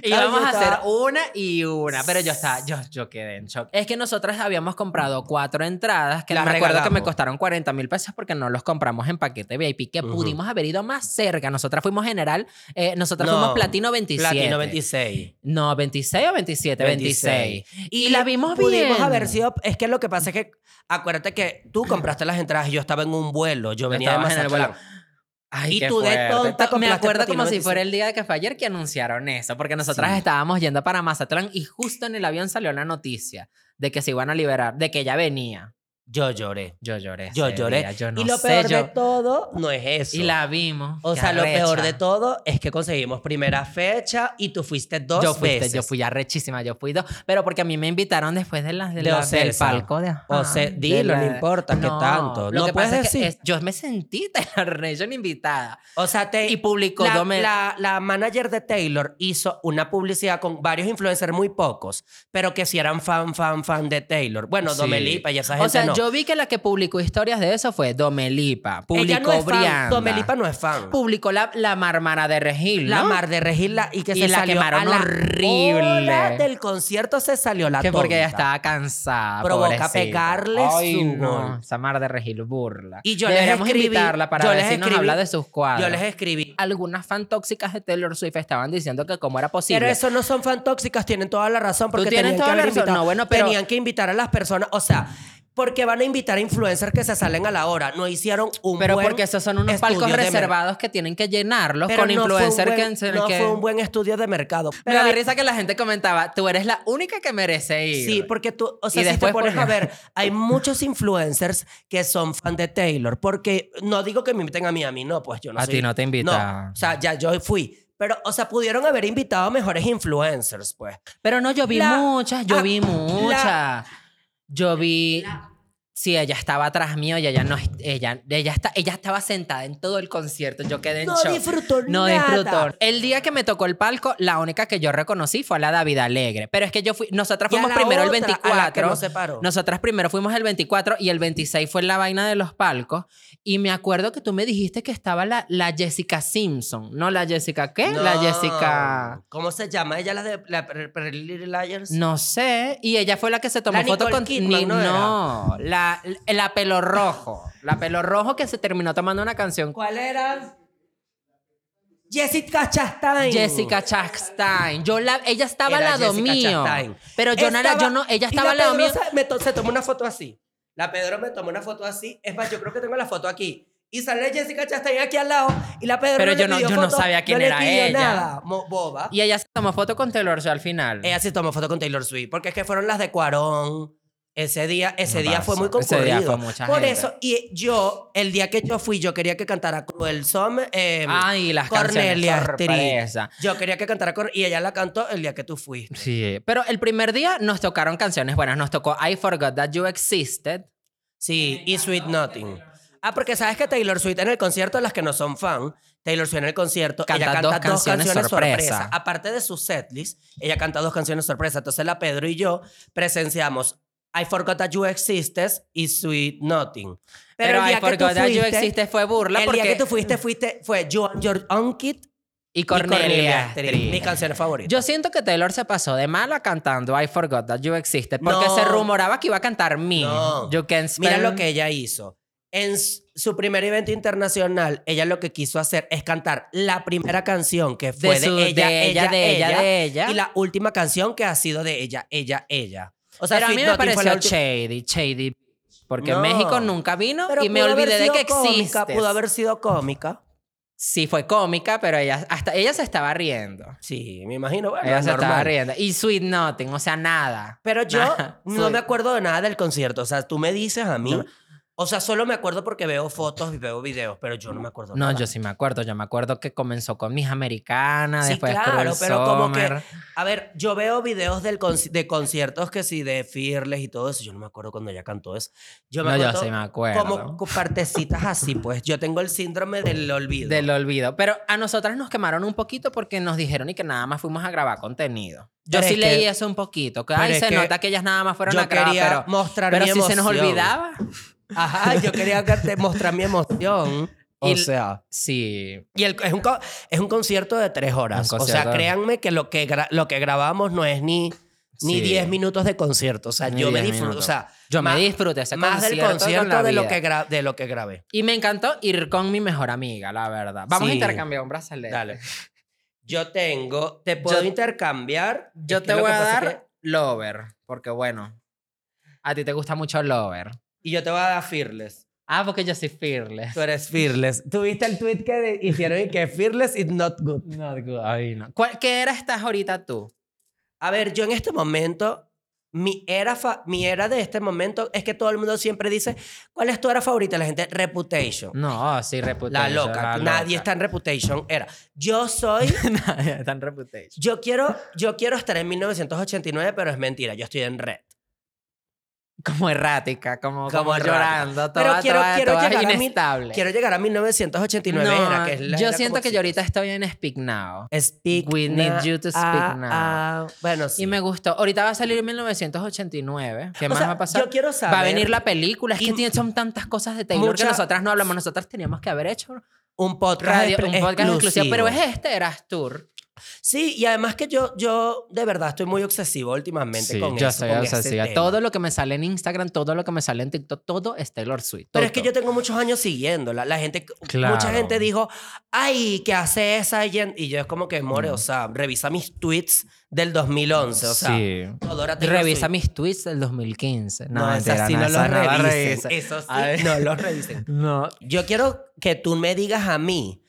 Speaker 4: y
Speaker 3: Claro,
Speaker 4: vamos
Speaker 3: yo
Speaker 4: a hacer
Speaker 3: estaba-
Speaker 4: una y una, pero yo estaba, yo, yo quedé en shock. Es que nosotras habíamos comprado cuatro entradas que
Speaker 3: Las
Speaker 4: me acuerdo que
Speaker 3: regalamos.
Speaker 4: me costaron 40 mil pesos porque no los compramos en paquete VIP, que
Speaker 3: Ujú.
Speaker 4: pudimos haber ido más cerca. Nosotras fuimos general, eh, nosotras
Speaker 3: No,
Speaker 4: fuimos platino 27.
Speaker 3: Platino 26.
Speaker 4: No, 26 o 27, 26. Y, la vimos
Speaker 3: pudimos
Speaker 4: bien.
Speaker 3: haber sido... Es que lo que pasa es que... Acuérdate que tú compraste las entradas y yo estaba en un vuelo. Yo venía de
Speaker 4: Estabas en el
Speaker 3: Mazatlán.
Speaker 4: vuelo. Ay,
Speaker 3: Y
Speaker 4: qué
Speaker 3: tú de
Speaker 4: fuerte.
Speaker 3: tonta
Speaker 4: Me
Speaker 3: compraste
Speaker 4: acuerdo
Speaker 3: platino
Speaker 4: como si
Speaker 3: 25.
Speaker 4: fuera el día de que fue ayer que anunciaron eso, porque nosotras
Speaker 3: Sí.
Speaker 4: estábamos yendo para Mazatlán y justo en el avión salió la noticia de que se iban a liberar, de que ella venía.
Speaker 3: Yo lloré.
Speaker 4: Yo lloré.
Speaker 3: Yo
Speaker 4: ese
Speaker 3: lloré.
Speaker 4: día, yo no
Speaker 3: y lo
Speaker 4: sé,
Speaker 3: peor
Speaker 4: yo-
Speaker 3: de todo no es eso.
Speaker 4: Y la vimos.
Speaker 3: o
Speaker 4: qué
Speaker 3: sea, lo peor
Speaker 4: arrecha.
Speaker 3: de todo es que conseguimos primera fecha y tú fuiste dos
Speaker 4: yo fuiste-
Speaker 3: veces.
Speaker 4: Yo fui arrechísima, yo fui dos. Pero porque a mí me invitaron después de las de
Speaker 3: De
Speaker 4: la- del
Speaker 3: Ocesa.
Speaker 4: palco de. ajá,
Speaker 3: O sea,
Speaker 4: de
Speaker 3: dilo,
Speaker 4: la-
Speaker 3: no importa, ¿qué
Speaker 4: No,
Speaker 3: tanto?
Speaker 4: Lo
Speaker 3: no
Speaker 4: que
Speaker 3: puedes
Speaker 4: pasa es que
Speaker 3: decir.
Speaker 4: es- yo me sentí Taylor Nation invitada.
Speaker 3: o sea, te,
Speaker 4: Y publicó
Speaker 3: la,
Speaker 4: dos me-
Speaker 3: la- la manager de Taylor hizo una publicidad con varios influencers, muy pocos, pero que si eran fan, fan, fan de Taylor. Bueno,
Speaker 4: Sí.
Speaker 3: Domelipa y esa gente
Speaker 4: O sea,
Speaker 3: no.
Speaker 4: yo vi que la que publicó historias de eso fue Domelipa.
Speaker 3: Ella
Speaker 4: Publicó
Speaker 3: no es fan.
Speaker 4: Brianda.
Speaker 3: Domelipa no es fan.
Speaker 4: Publicó la, la Marmara de Regil, ¿no?
Speaker 3: La Mar de Regila y que
Speaker 4: Y
Speaker 3: se
Speaker 4: la
Speaker 3: salió
Speaker 4: quemaron
Speaker 3: a la
Speaker 4: horrible.
Speaker 3: hora del concierto se salió la
Speaker 4: que porque ella
Speaker 3: tonta.
Speaker 4: estaba cansada.
Speaker 3: Provoca
Speaker 4: pobrecita.
Speaker 3: pegarle
Speaker 4: Ay,
Speaker 3: su
Speaker 4: no.
Speaker 3: gol.
Speaker 4: Esa Mar de Regil burla.
Speaker 3: Y yo les
Speaker 4: Deberíamos
Speaker 3: escribí-
Speaker 4: invitarla para
Speaker 3: yo
Speaker 4: ver
Speaker 3: les
Speaker 4: si nos
Speaker 3: escribí-
Speaker 4: habla de sus cuadros.
Speaker 3: Yo les escribí.
Speaker 4: Algunas fan tóxicas de Taylor Swift estaban diciendo que cómo era posible.
Speaker 3: Pero eso no son fan tóxicas, tienen toda la razón porque
Speaker 4: tienes
Speaker 3: tenían
Speaker 4: toda
Speaker 3: que
Speaker 4: la
Speaker 3: haber
Speaker 4: razón.
Speaker 3: invitado-
Speaker 4: No, bueno, pero-
Speaker 3: tenían que invitar a las personas, o sea, porque van a invitar a influencers que se salen a la hora, no hicieron un
Speaker 4: Pero
Speaker 3: buen
Speaker 4: porque esos son unos
Speaker 3: estudio
Speaker 4: palcos
Speaker 3: de mer-
Speaker 4: reservados que tienen que llenarlos
Speaker 3: Pero
Speaker 4: con
Speaker 3: no fue un
Speaker 4: influencers
Speaker 3: buen-
Speaker 4: que...
Speaker 3: no
Speaker 4: que-
Speaker 3: fue un buen estudio de mercado.
Speaker 4: Me da
Speaker 3: Pero-
Speaker 4: risa que la gente comentaba, tú eres la única que merece ir.
Speaker 3: Sí, porque tú, o sea,
Speaker 4: Y
Speaker 3: si
Speaker 4: después
Speaker 3: te pones a
Speaker 4: poner-
Speaker 3: ver, hay muchos influencers que son fan de Taylor, porque no digo que me inviten a mí, a mí no, pues yo no
Speaker 4: A
Speaker 3: soy-
Speaker 4: ti no te invitan.
Speaker 3: No, o sea, ya yo fui. Pero, o sea, pudieron haber invitado a mejores influencers, pues.
Speaker 4: Pero no, yo vi
Speaker 3: La-
Speaker 4: muchas, yo
Speaker 3: ah,
Speaker 4: vi
Speaker 3: la-
Speaker 4: muchas. yo vi. Sí, ella estaba atrás mío y ella no. Ella, ella, está, ella estaba sentada en todo el concierto. Yo quedé en
Speaker 3: No
Speaker 4: shock.
Speaker 3: disfrutó
Speaker 4: No
Speaker 3: nada.
Speaker 4: disfrutó. El día que me tocó el palco, la única que yo reconocí fue a la David Alegre. Pero es que yo fui. Nosotras
Speaker 3: Y a
Speaker 4: fuimos
Speaker 3: la
Speaker 4: primero el
Speaker 3: otra, a
Speaker 4: 24.
Speaker 3: la que no se paró.
Speaker 4: Nosotras primero fuimos el 24 y el 26 fue la vaina de los palcos. Y me acuerdo que tú me dijiste que estaba la, la Jessica Simpson. ¿No la Jessica qué? ¿Eh? La
Speaker 3: No.
Speaker 4: Jessica.
Speaker 3: ¿Cómo se llama ella, la de la Pre- Pre- Little Liars?
Speaker 4: No sé. Y ella fue la que se tomó
Speaker 3: La
Speaker 4: foto
Speaker 3: Nicole
Speaker 4: con
Speaker 3: Kidman,
Speaker 4: Ni-
Speaker 3: ¿no era?
Speaker 4: no, la, la pelo rojo. La pelo rojo que se terminó tomando una canción.
Speaker 3: ¿Cuál era? Jessica Chastain.
Speaker 4: Jessica Chastain. Yo la, ella estaba
Speaker 3: Era
Speaker 4: al lado
Speaker 3: Jessica
Speaker 4: mío.
Speaker 3: Chastain.
Speaker 4: Pero yo no era,
Speaker 3: Estaba-
Speaker 4: yo no, ella
Speaker 3: y
Speaker 4: estaba
Speaker 3: la
Speaker 4: al lado
Speaker 3: Pedro
Speaker 4: mío.
Speaker 3: sa- me to- se tomó una foto así. La Pedro me tomó una foto así. Es más, yo creo que tengo la foto aquí. Y sale Jessica Chastain aquí al lado. Y la Pedro
Speaker 4: Pero
Speaker 3: le
Speaker 4: yo no-
Speaker 3: pidió
Speaker 4: yo no
Speaker 3: foto,
Speaker 4: sabía quién
Speaker 3: le
Speaker 4: era
Speaker 3: pidió
Speaker 4: ella.
Speaker 3: nada, mo- boba.
Speaker 4: Y ella se tomó foto con Taylor Swift al final.
Speaker 3: Ella sí tomó foto con Taylor Swift, porque es que fueron las de Cuarón. Ese día, ese
Speaker 4: No
Speaker 3: día fue
Speaker 4: pasó.
Speaker 3: muy
Speaker 4: Ese
Speaker 3: concurrido.
Speaker 4: día fue mucha
Speaker 3: Por
Speaker 4: gente.
Speaker 3: eso, y yo, el día que yo fui, yo quería que cantara Cruel Summer. eh,
Speaker 4: Ay, las
Speaker 3: Cornelia
Speaker 4: canciones. Sorpresa.
Speaker 3: Street. Yo quería que cantara Cor- y ella la cantó el día que tú fuiste.
Speaker 4: Sí. Pero el primer día nos tocaron canciones buenas. Nos tocó I Forgot That You Existed.
Speaker 3: Sí, y Sweet Nothing. Ah, porque sabes que Taylor Swift en el concierto, las que no son fan, Taylor Swift en el concierto,
Speaker 4: Canta
Speaker 3: ella canta
Speaker 4: dos
Speaker 3: dos
Speaker 4: canciones
Speaker 3: canciones,
Speaker 4: sorpresa.
Speaker 3: sorpresa. Aparte de su setlist, ella canta dos canciones sorpresa. Entonces la Pedro y yo presenciamos I Forgot That You Existes y Sweet Nothing.
Speaker 4: Pero,
Speaker 3: el
Speaker 4: I
Speaker 3: día que tú
Speaker 4: Forgot That You
Speaker 3: fuiste,
Speaker 4: Existed fue burla
Speaker 3: El
Speaker 4: porque...
Speaker 3: día que tú fuiste, fuiste, fue You and Your Own Kid
Speaker 4: y
Speaker 3: y Cornelia,
Speaker 4: Cornelia
Speaker 3: Street,
Speaker 4: Street.
Speaker 3: mis canciones favoritas.
Speaker 4: Yo siento que Taylor se pasó de mala cantando I Forgot That You Existed porque
Speaker 3: No.
Speaker 4: se rumoraba que iba a cantar Me.
Speaker 3: No.
Speaker 4: You Can Spell-
Speaker 3: Mira lo que ella hizo. En s- su primer evento internacional, ella lo que quiso hacer es cantar la primera canción que fue de,
Speaker 4: su-
Speaker 3: ella,
Speaker 4: de ella,
Speaker 3: ella,
Speaker 4: de ella,
Speaker 3: ella,
Speaker 4: de ella.
Speaker 3: y la última canción que ha sido de ella, ella, ella. O sea,
Speaker 4: Pero a
Speaker 3: Sweet
Speaker 4: mí me
Speaker 3: Nothing fue la ulti-
Speaker 4: pareció shady, shady. Porque
Speaker 3: No.
Speaker 4: México nunca vino
Speaker 3: Pero
Speaker 4: y me
Speaker 3: pudo haber
Speaker 4: olvidé de
Speaker 3: sido
Speaker 4: que
Speaker 3: cómica,
Speaker 4: existe.
Speaker 3: Pudo haber sido cómica.
Speaker 4: sí fue cómica, pero ella, hasta ella se estaba riendo.
Speaker 3: Sí, me imagino. Bueno,
Speaker 4: ella
Speaker 3: es
Speaker 4: se estaba
Speaker 3: normal.
Speaker 4: riendo. Y Sweet Nothing, o sea, nada.
Speaker 3: Pero yo
Speaker 4: Nada,
Speaker 3: no
Speaker 4: soy-
Speaker 3: me acuerdo de nada del concierto. O sea, tú me dices a mí.
Speaker 4: No.
Speaker 3: O sea, solo me acuerdo porque veo fotos y veo videos, pero yo no me acuerdo.
Speaker 4: No,
Speaker 3: nada.
Speaker 4: yo sí me acuerdo. Yo me acuerdo que comenzó con mis americanas,
Speaker 3: Sí,
Speaker 4: después
Speaker 3: claro,
Speaker 4: Cruel
Speaker 3: pero como que-
Speaker 4: Summer.
Speaker 3: A ver, yo veo videos del conci- de conciertos que sí, de Fearless y todo eso. Yo no me acuerdo cuando ella cantó eso. Yo me
Speaker 4: No, yo
Speaker 3: acuerdo
Speaker 4: sí me acuerdo.
Speaker 3: como cu- partecitas así, pues. Yo tengo el síndrome del olvido.
Speaker 4: Del olvido. Pero a nosotras nos quemaron un poquito porque nos dijeron y que nada más fuimos a grabar contenido. Yo
Speaker 3: Pero
Speaker 4: sí
Speaker 3: es que-
Speaker 4: leí eso un poquito. Que,
Speaker 3: pero
Speaker 4: ay,
Speaker 3: es
Speaker 4: se
Speaker 3: que
Speaker 4: nota que ellas nada más fueron a
Speaker 3: yo
Speaker 4: grabar,
Speaker 3: quería
Speaker 4: pero,
Speaker 3: mostrar
Speaker 4: pero
Speaker 3: mi
Speaker 4: si
Speaker 3: emoción.
Speaker 4: se nos olvidaba.
Speaker 3: Ajá, yo quería que te- mostrar mi emoción. O
Speaker 4: Y-
Speaker 3: sea.
Speaker 4: Sí.
Speaker 3: Y el- es, un, co- es un concierto de tres horas.
Speaker 4: Un
Speaker 3: O sea,
Speaker 4: concierto.
Speaker 3: créanme que lo que, gra- lo que grabamos no es ni, ni
Speaker 4: Sí.
Speaker 3: 10 minutos de concierto. O sea,
Speaker 4: Ni
Speaker 3: yo me
Speaker 4: 10
Speaker 3: disfruto. O
Speaker 4: minutos.
Speaker 3: sea,
Speaker 4: Yo
Speaker 3: más-
Speaker 4: me disfruté ese
Speaker 3: más del
Speaker 4: concierto. con
Speaker 3: concierto
Speaker 4: la
Speaker 3: de lo,
Speaker 4: vida.
Speaker 3: que gra- de lo que grabé.
Speaker 4: Y me encantó ir con mi mejor amiga, la verdad. Vamos a
Speaker 3: Sí.
Speaker 4: intercambiar un brazalete.
Speaker 3: Dale. Yo tengo. Te puedo
Speaker 4: Yo-
Speaker 3: intercambiar.
Speaker 4: Yo
Speaker 3: Es que
Speaker 4: te
Speaker 3: lo
Speaker 4: voy
Speaker 3: que
Speaker 4: a
Speaker 3: pasa es
Speaker 4: dar Lover, porque bueno, a ti te gusta mucho Lover.
Speaker 3: que- y yo te voy a dar Fearless.
Speaker 4: Ah, porque yo soy fearless.
Speaker 3: Tú eres Fearless. Tuviste el tweet que de- hicieron y que Fearless is not good.
Speaker 4: Ay, no. ¿Cuál- ¿Qué era estás ahorita tú?
Speaker 3: A ver, yo en este momento, mi era, fa- mi era de este momento es que todo el mundo siempre dice, ¿cuál es tu era favorita? La gente, Mm, Reputation.
Speaker 4: No, sí,
Speaker 3: La
Speaker 4: Reputation.
Speaker 3: loca. Nadie está en Reputation. Era. Yo soy.
Speaker 4: Nadie está en Reputation.
Speaker 3: Yo quiero, yo quiero estar en 1989, pero es mentira. Yo estoy en Red.
Speaker 4: Como errática, como,
Speaker 3: Como
Speaker 4: como,
Speaker 3: errática.
Speaker 4: llorando,
Speaker 3: Pero
Speaker 4: toda,
Speaker 3: quiero-
Speaker 4: toda-
Speaker 3: quiero
Speaker 4: toda
Speaker 3: llegar a mil-
Speaker 4: inestable.
Speaker 3: Quiero llegar a 1989.
Speaker 4: No,
Speaker 3: era, que es la
Speaker 4: yo
Speaker 3: era
Speaker 4: siento
Speaker 3: como
Speaker 4: que yo ahorita estoy en Speak Now.
Speaker 3: Speak
Speaker 4: We need you to speak
Speaker 3: ah,
Speaker 4: now.
Speaker 3: ah, bueno, sí.
Speaker 4: Y me gustó. Ahorita va a salir 1989. ¿Qué
Speaker 3: O
Speaker 4: más
Speaker 3: sea,
Speaker 4: va a pasar?
Speaker 3: Yo quiero saber.
Speaker 4: Va a venir la película. Es
Speaker 3: Y-
Speaker 4: que tiene, son tantas cosas de Taylor
Speaker 3: Mucha-
Speaker 4: que nosotras no hablamos. Nosotras teníamos que haber hecho
Speaker 3: un podcast,
Speaker 4: radio,
Speaker 3: expre-
Speaker 4: un podcast exclusivo. Pero es este, Eras Tour.
Speaker 3: Sí, y además que yo, yo de verdad estoy muy obsesivo últimamente
Speaker 4: Sí,
Speaker 3: con
Speaker 4: yo
Speaker 3: eso.
Speaker 4: soy
Speaker 3: con ese
Speaker 4: obsesiva.
Speaker 3: tema.
Speaker 4: Todo lo que me sale en Instagram, todo lo que me sale en TikTok, todo es Taylor Swift.
Speaker 3: Pero es que yo tengo muchos años siguiéndola. La gente,
Speaker 4: Claro.
Speaker 3: mucha gente dijo, ay, ¿qué hace esa? Jen?" Y yo es como que, more,
Speaker 4: Mm.
Speaker 3: o sea, revisa mis tweets del 2011. O sea,
Speaker 4: sí.
Speaker 3: Odora Taylor
Speaker 4: Revisa
Speaker 3: Swift.
Speaker 4: mis tweets del 2015.
Speaker 3: No,
Speaker 4: No,
Speaker 3: esas
Speaker 4: mentira,
Speaker 3: sí no
Speaker 4: no,
Speaker 3: los
Speaker 4: esas no las
Speaker 3: revisen.
Speaker 4: revises.
Speaker 3: Eso sí,
Speaker 4: A ver.
Speaker 3: no los revisen.
Speaker 4: No.
Speaker 3: Yo quiero que tú me digas a mí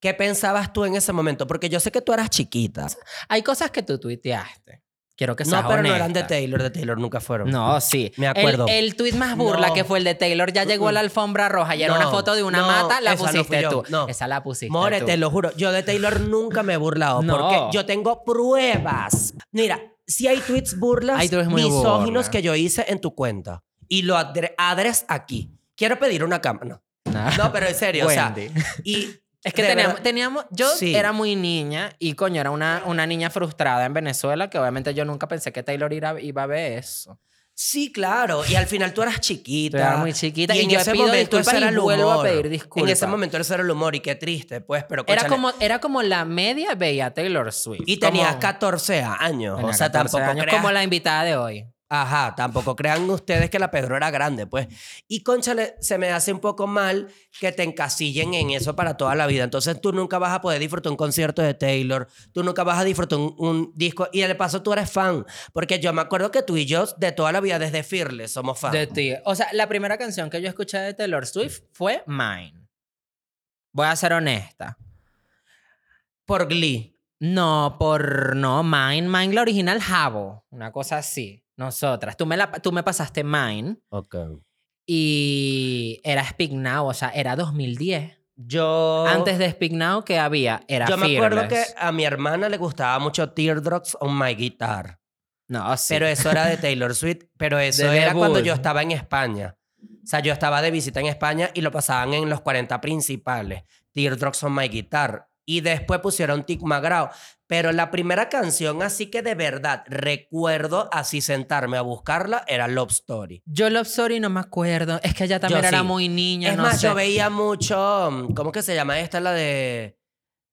Speaker 3: qué pensabas tú en ese momento, porque yo sé que tú eras chiquita.
Speaker 4: Hay cosas que tú tuiteaste. Quiero que
Speaker 3: No,
Speaker 4: seas
Speaker 3: pero no eran de
Speaker 4: honesta.
Speaker 3: Taylor, de Taylor nunca fueron.
Speaker 4: No, sí.
Speaker 3: Me acuerdo.
Speaker 4: El, el tuit más burla
Speaker 3: No.
Speaker 4: que fue el de Taylor ya llegó a la alfombra roja y era
Speaker 3: No,
Speaker 4: una foto de una
Speaker 3: no,
Speaker 4: mata, la
Speaker 3: esa no fui
Speaker 4: pusiste
Speaker 3: yo,
Speaker 4: tú.
Speaker 3: no.
Speaker 4: Esa la pusiste
Speaker 3: More,
Speaker 4: tú.
Speaker 3: te lo juro. Yo de Taylor nunca me he burlado
Speaker 4: No.
Speaker 3: porque yo tengo pruebas. Mira, si hay tweets burlas
Speaker 4: Hay tweets muy
Speaker 3: misóginos
Speaker 4: burla.
Speaker 3: que yo hice en tu cuenta y lo adre- adres aquí. Quiero pedir una cámara.
Speaker 4: No.
Speaker 3: No, no, pero en serio, o sea,
Speaker 4: Wendy.
Speaker 3: y
Speaker 4: Es que
Speaker 3: de
Speaker 4: teníamos,
Speaker 3: verdad-
Speaker 4: teníamos- yo
Speaker 3: Sí.
Speaker 4: era muy niña y coño, era una, una niña frustrada en Venezuela que obviamente yo nunca pensé que Taylor iba, iba a ver eso.
Speaker 3: sí, claro, y al final tú eras
Speaker 4: Yo
Speaker 3: chiquita.
Speaker 4: era muy chiquita y,
Speaker 3: en
Speaker 4: yo
Speaker 3: ese
Speaker 4: pido
Speaker 3: momento
Speaker 4: disculpas
Speaker 3: ese era
Speaker 4: y
Speaker 3: el
Speaker 4: vuelvo a
Speaker 3: humor.
Speaker 4: pedir disculpas.
Speaker 3: En ese momento ese era el humor y qué triste, pues, pero
Speaker 4: era
Speaker 3: cónchale.
Speaker 4: como, era como la media veía a Taylor Swift.
Speaker 3: y tenías
Speaker 4: Como-
Speaker 3: 14 años,
Speaker 4: tenía
Speaker 3: o sea,
Speaker 4: 14
Speaker 3: tampoco
Speaker 4: años,
Speaker 3: creas-
Speaker 4: como la invitada de hoy.
Speaker 3: Ajá, tampoco crean ustedes que la Pedro era grande, pues. Y conchale, se me hace un poco mal que te encasillen en eso para toda la vida. Entonces tú nunca vas a poder disfrutar un concierto de Taylor, tú nunca vas a disfrutar un, un disco. Y de paso tú eres fan, porque yo me acuerdo que tú y yo de toda la vida desde Fearless somos fans.
Speaker 4: De ti. O sea, la primera canción que yo escuché de Taylor Swift fue Mine. Voy a ser honesta.
Speaker 3: Por Glee.
Speaker 4: No, por no, Mine, Mine, la original Jabo, una cosa así. Nosotras. Tú me, la, tú me pasaste Mine
Speaker 3: Ok.
Speaker 4: y era Speak Now, o sea, era 2010.
Speaker 3: Yo...
Speaker 4: Antes de Speak Now, que había? Era
Speaker 3: Yo me acuerdo que
Speaker 4: Fearless.
Speaker 3: a mi hermana le gustaba mucho Teardrops on My Guitar.
Speaker 4: No, sí.
Speaker 3: Pero eso era de Taylor Swift, pero eso
Speaker 4: De
Speaker 3: era
Speaker 4: debut.
Speaker 3: cuando yo estaba en España. O sea, yo estaba de visita en España y lo pasaban en los 40 principales. Teardrops on My Guitar. Y después pusieron Tic McGraw. Pero la primera canción, así que de verdad recuerdo así sentarme a buscarla, era Love Story.
Speaker 4: Yo Love Story no me acuerdo. Es que ella también
Speaker 3: Yo
Speaker 4: era
Speaker 3: sí.
Speaker 4: muy niña,
Speaker 3: es
Speaker 4: no
Speaker 3: más,
Speaker 4: sé.
Speaker 3: yo veía mucho. mm, ¿Cómo que se llama esta? La de.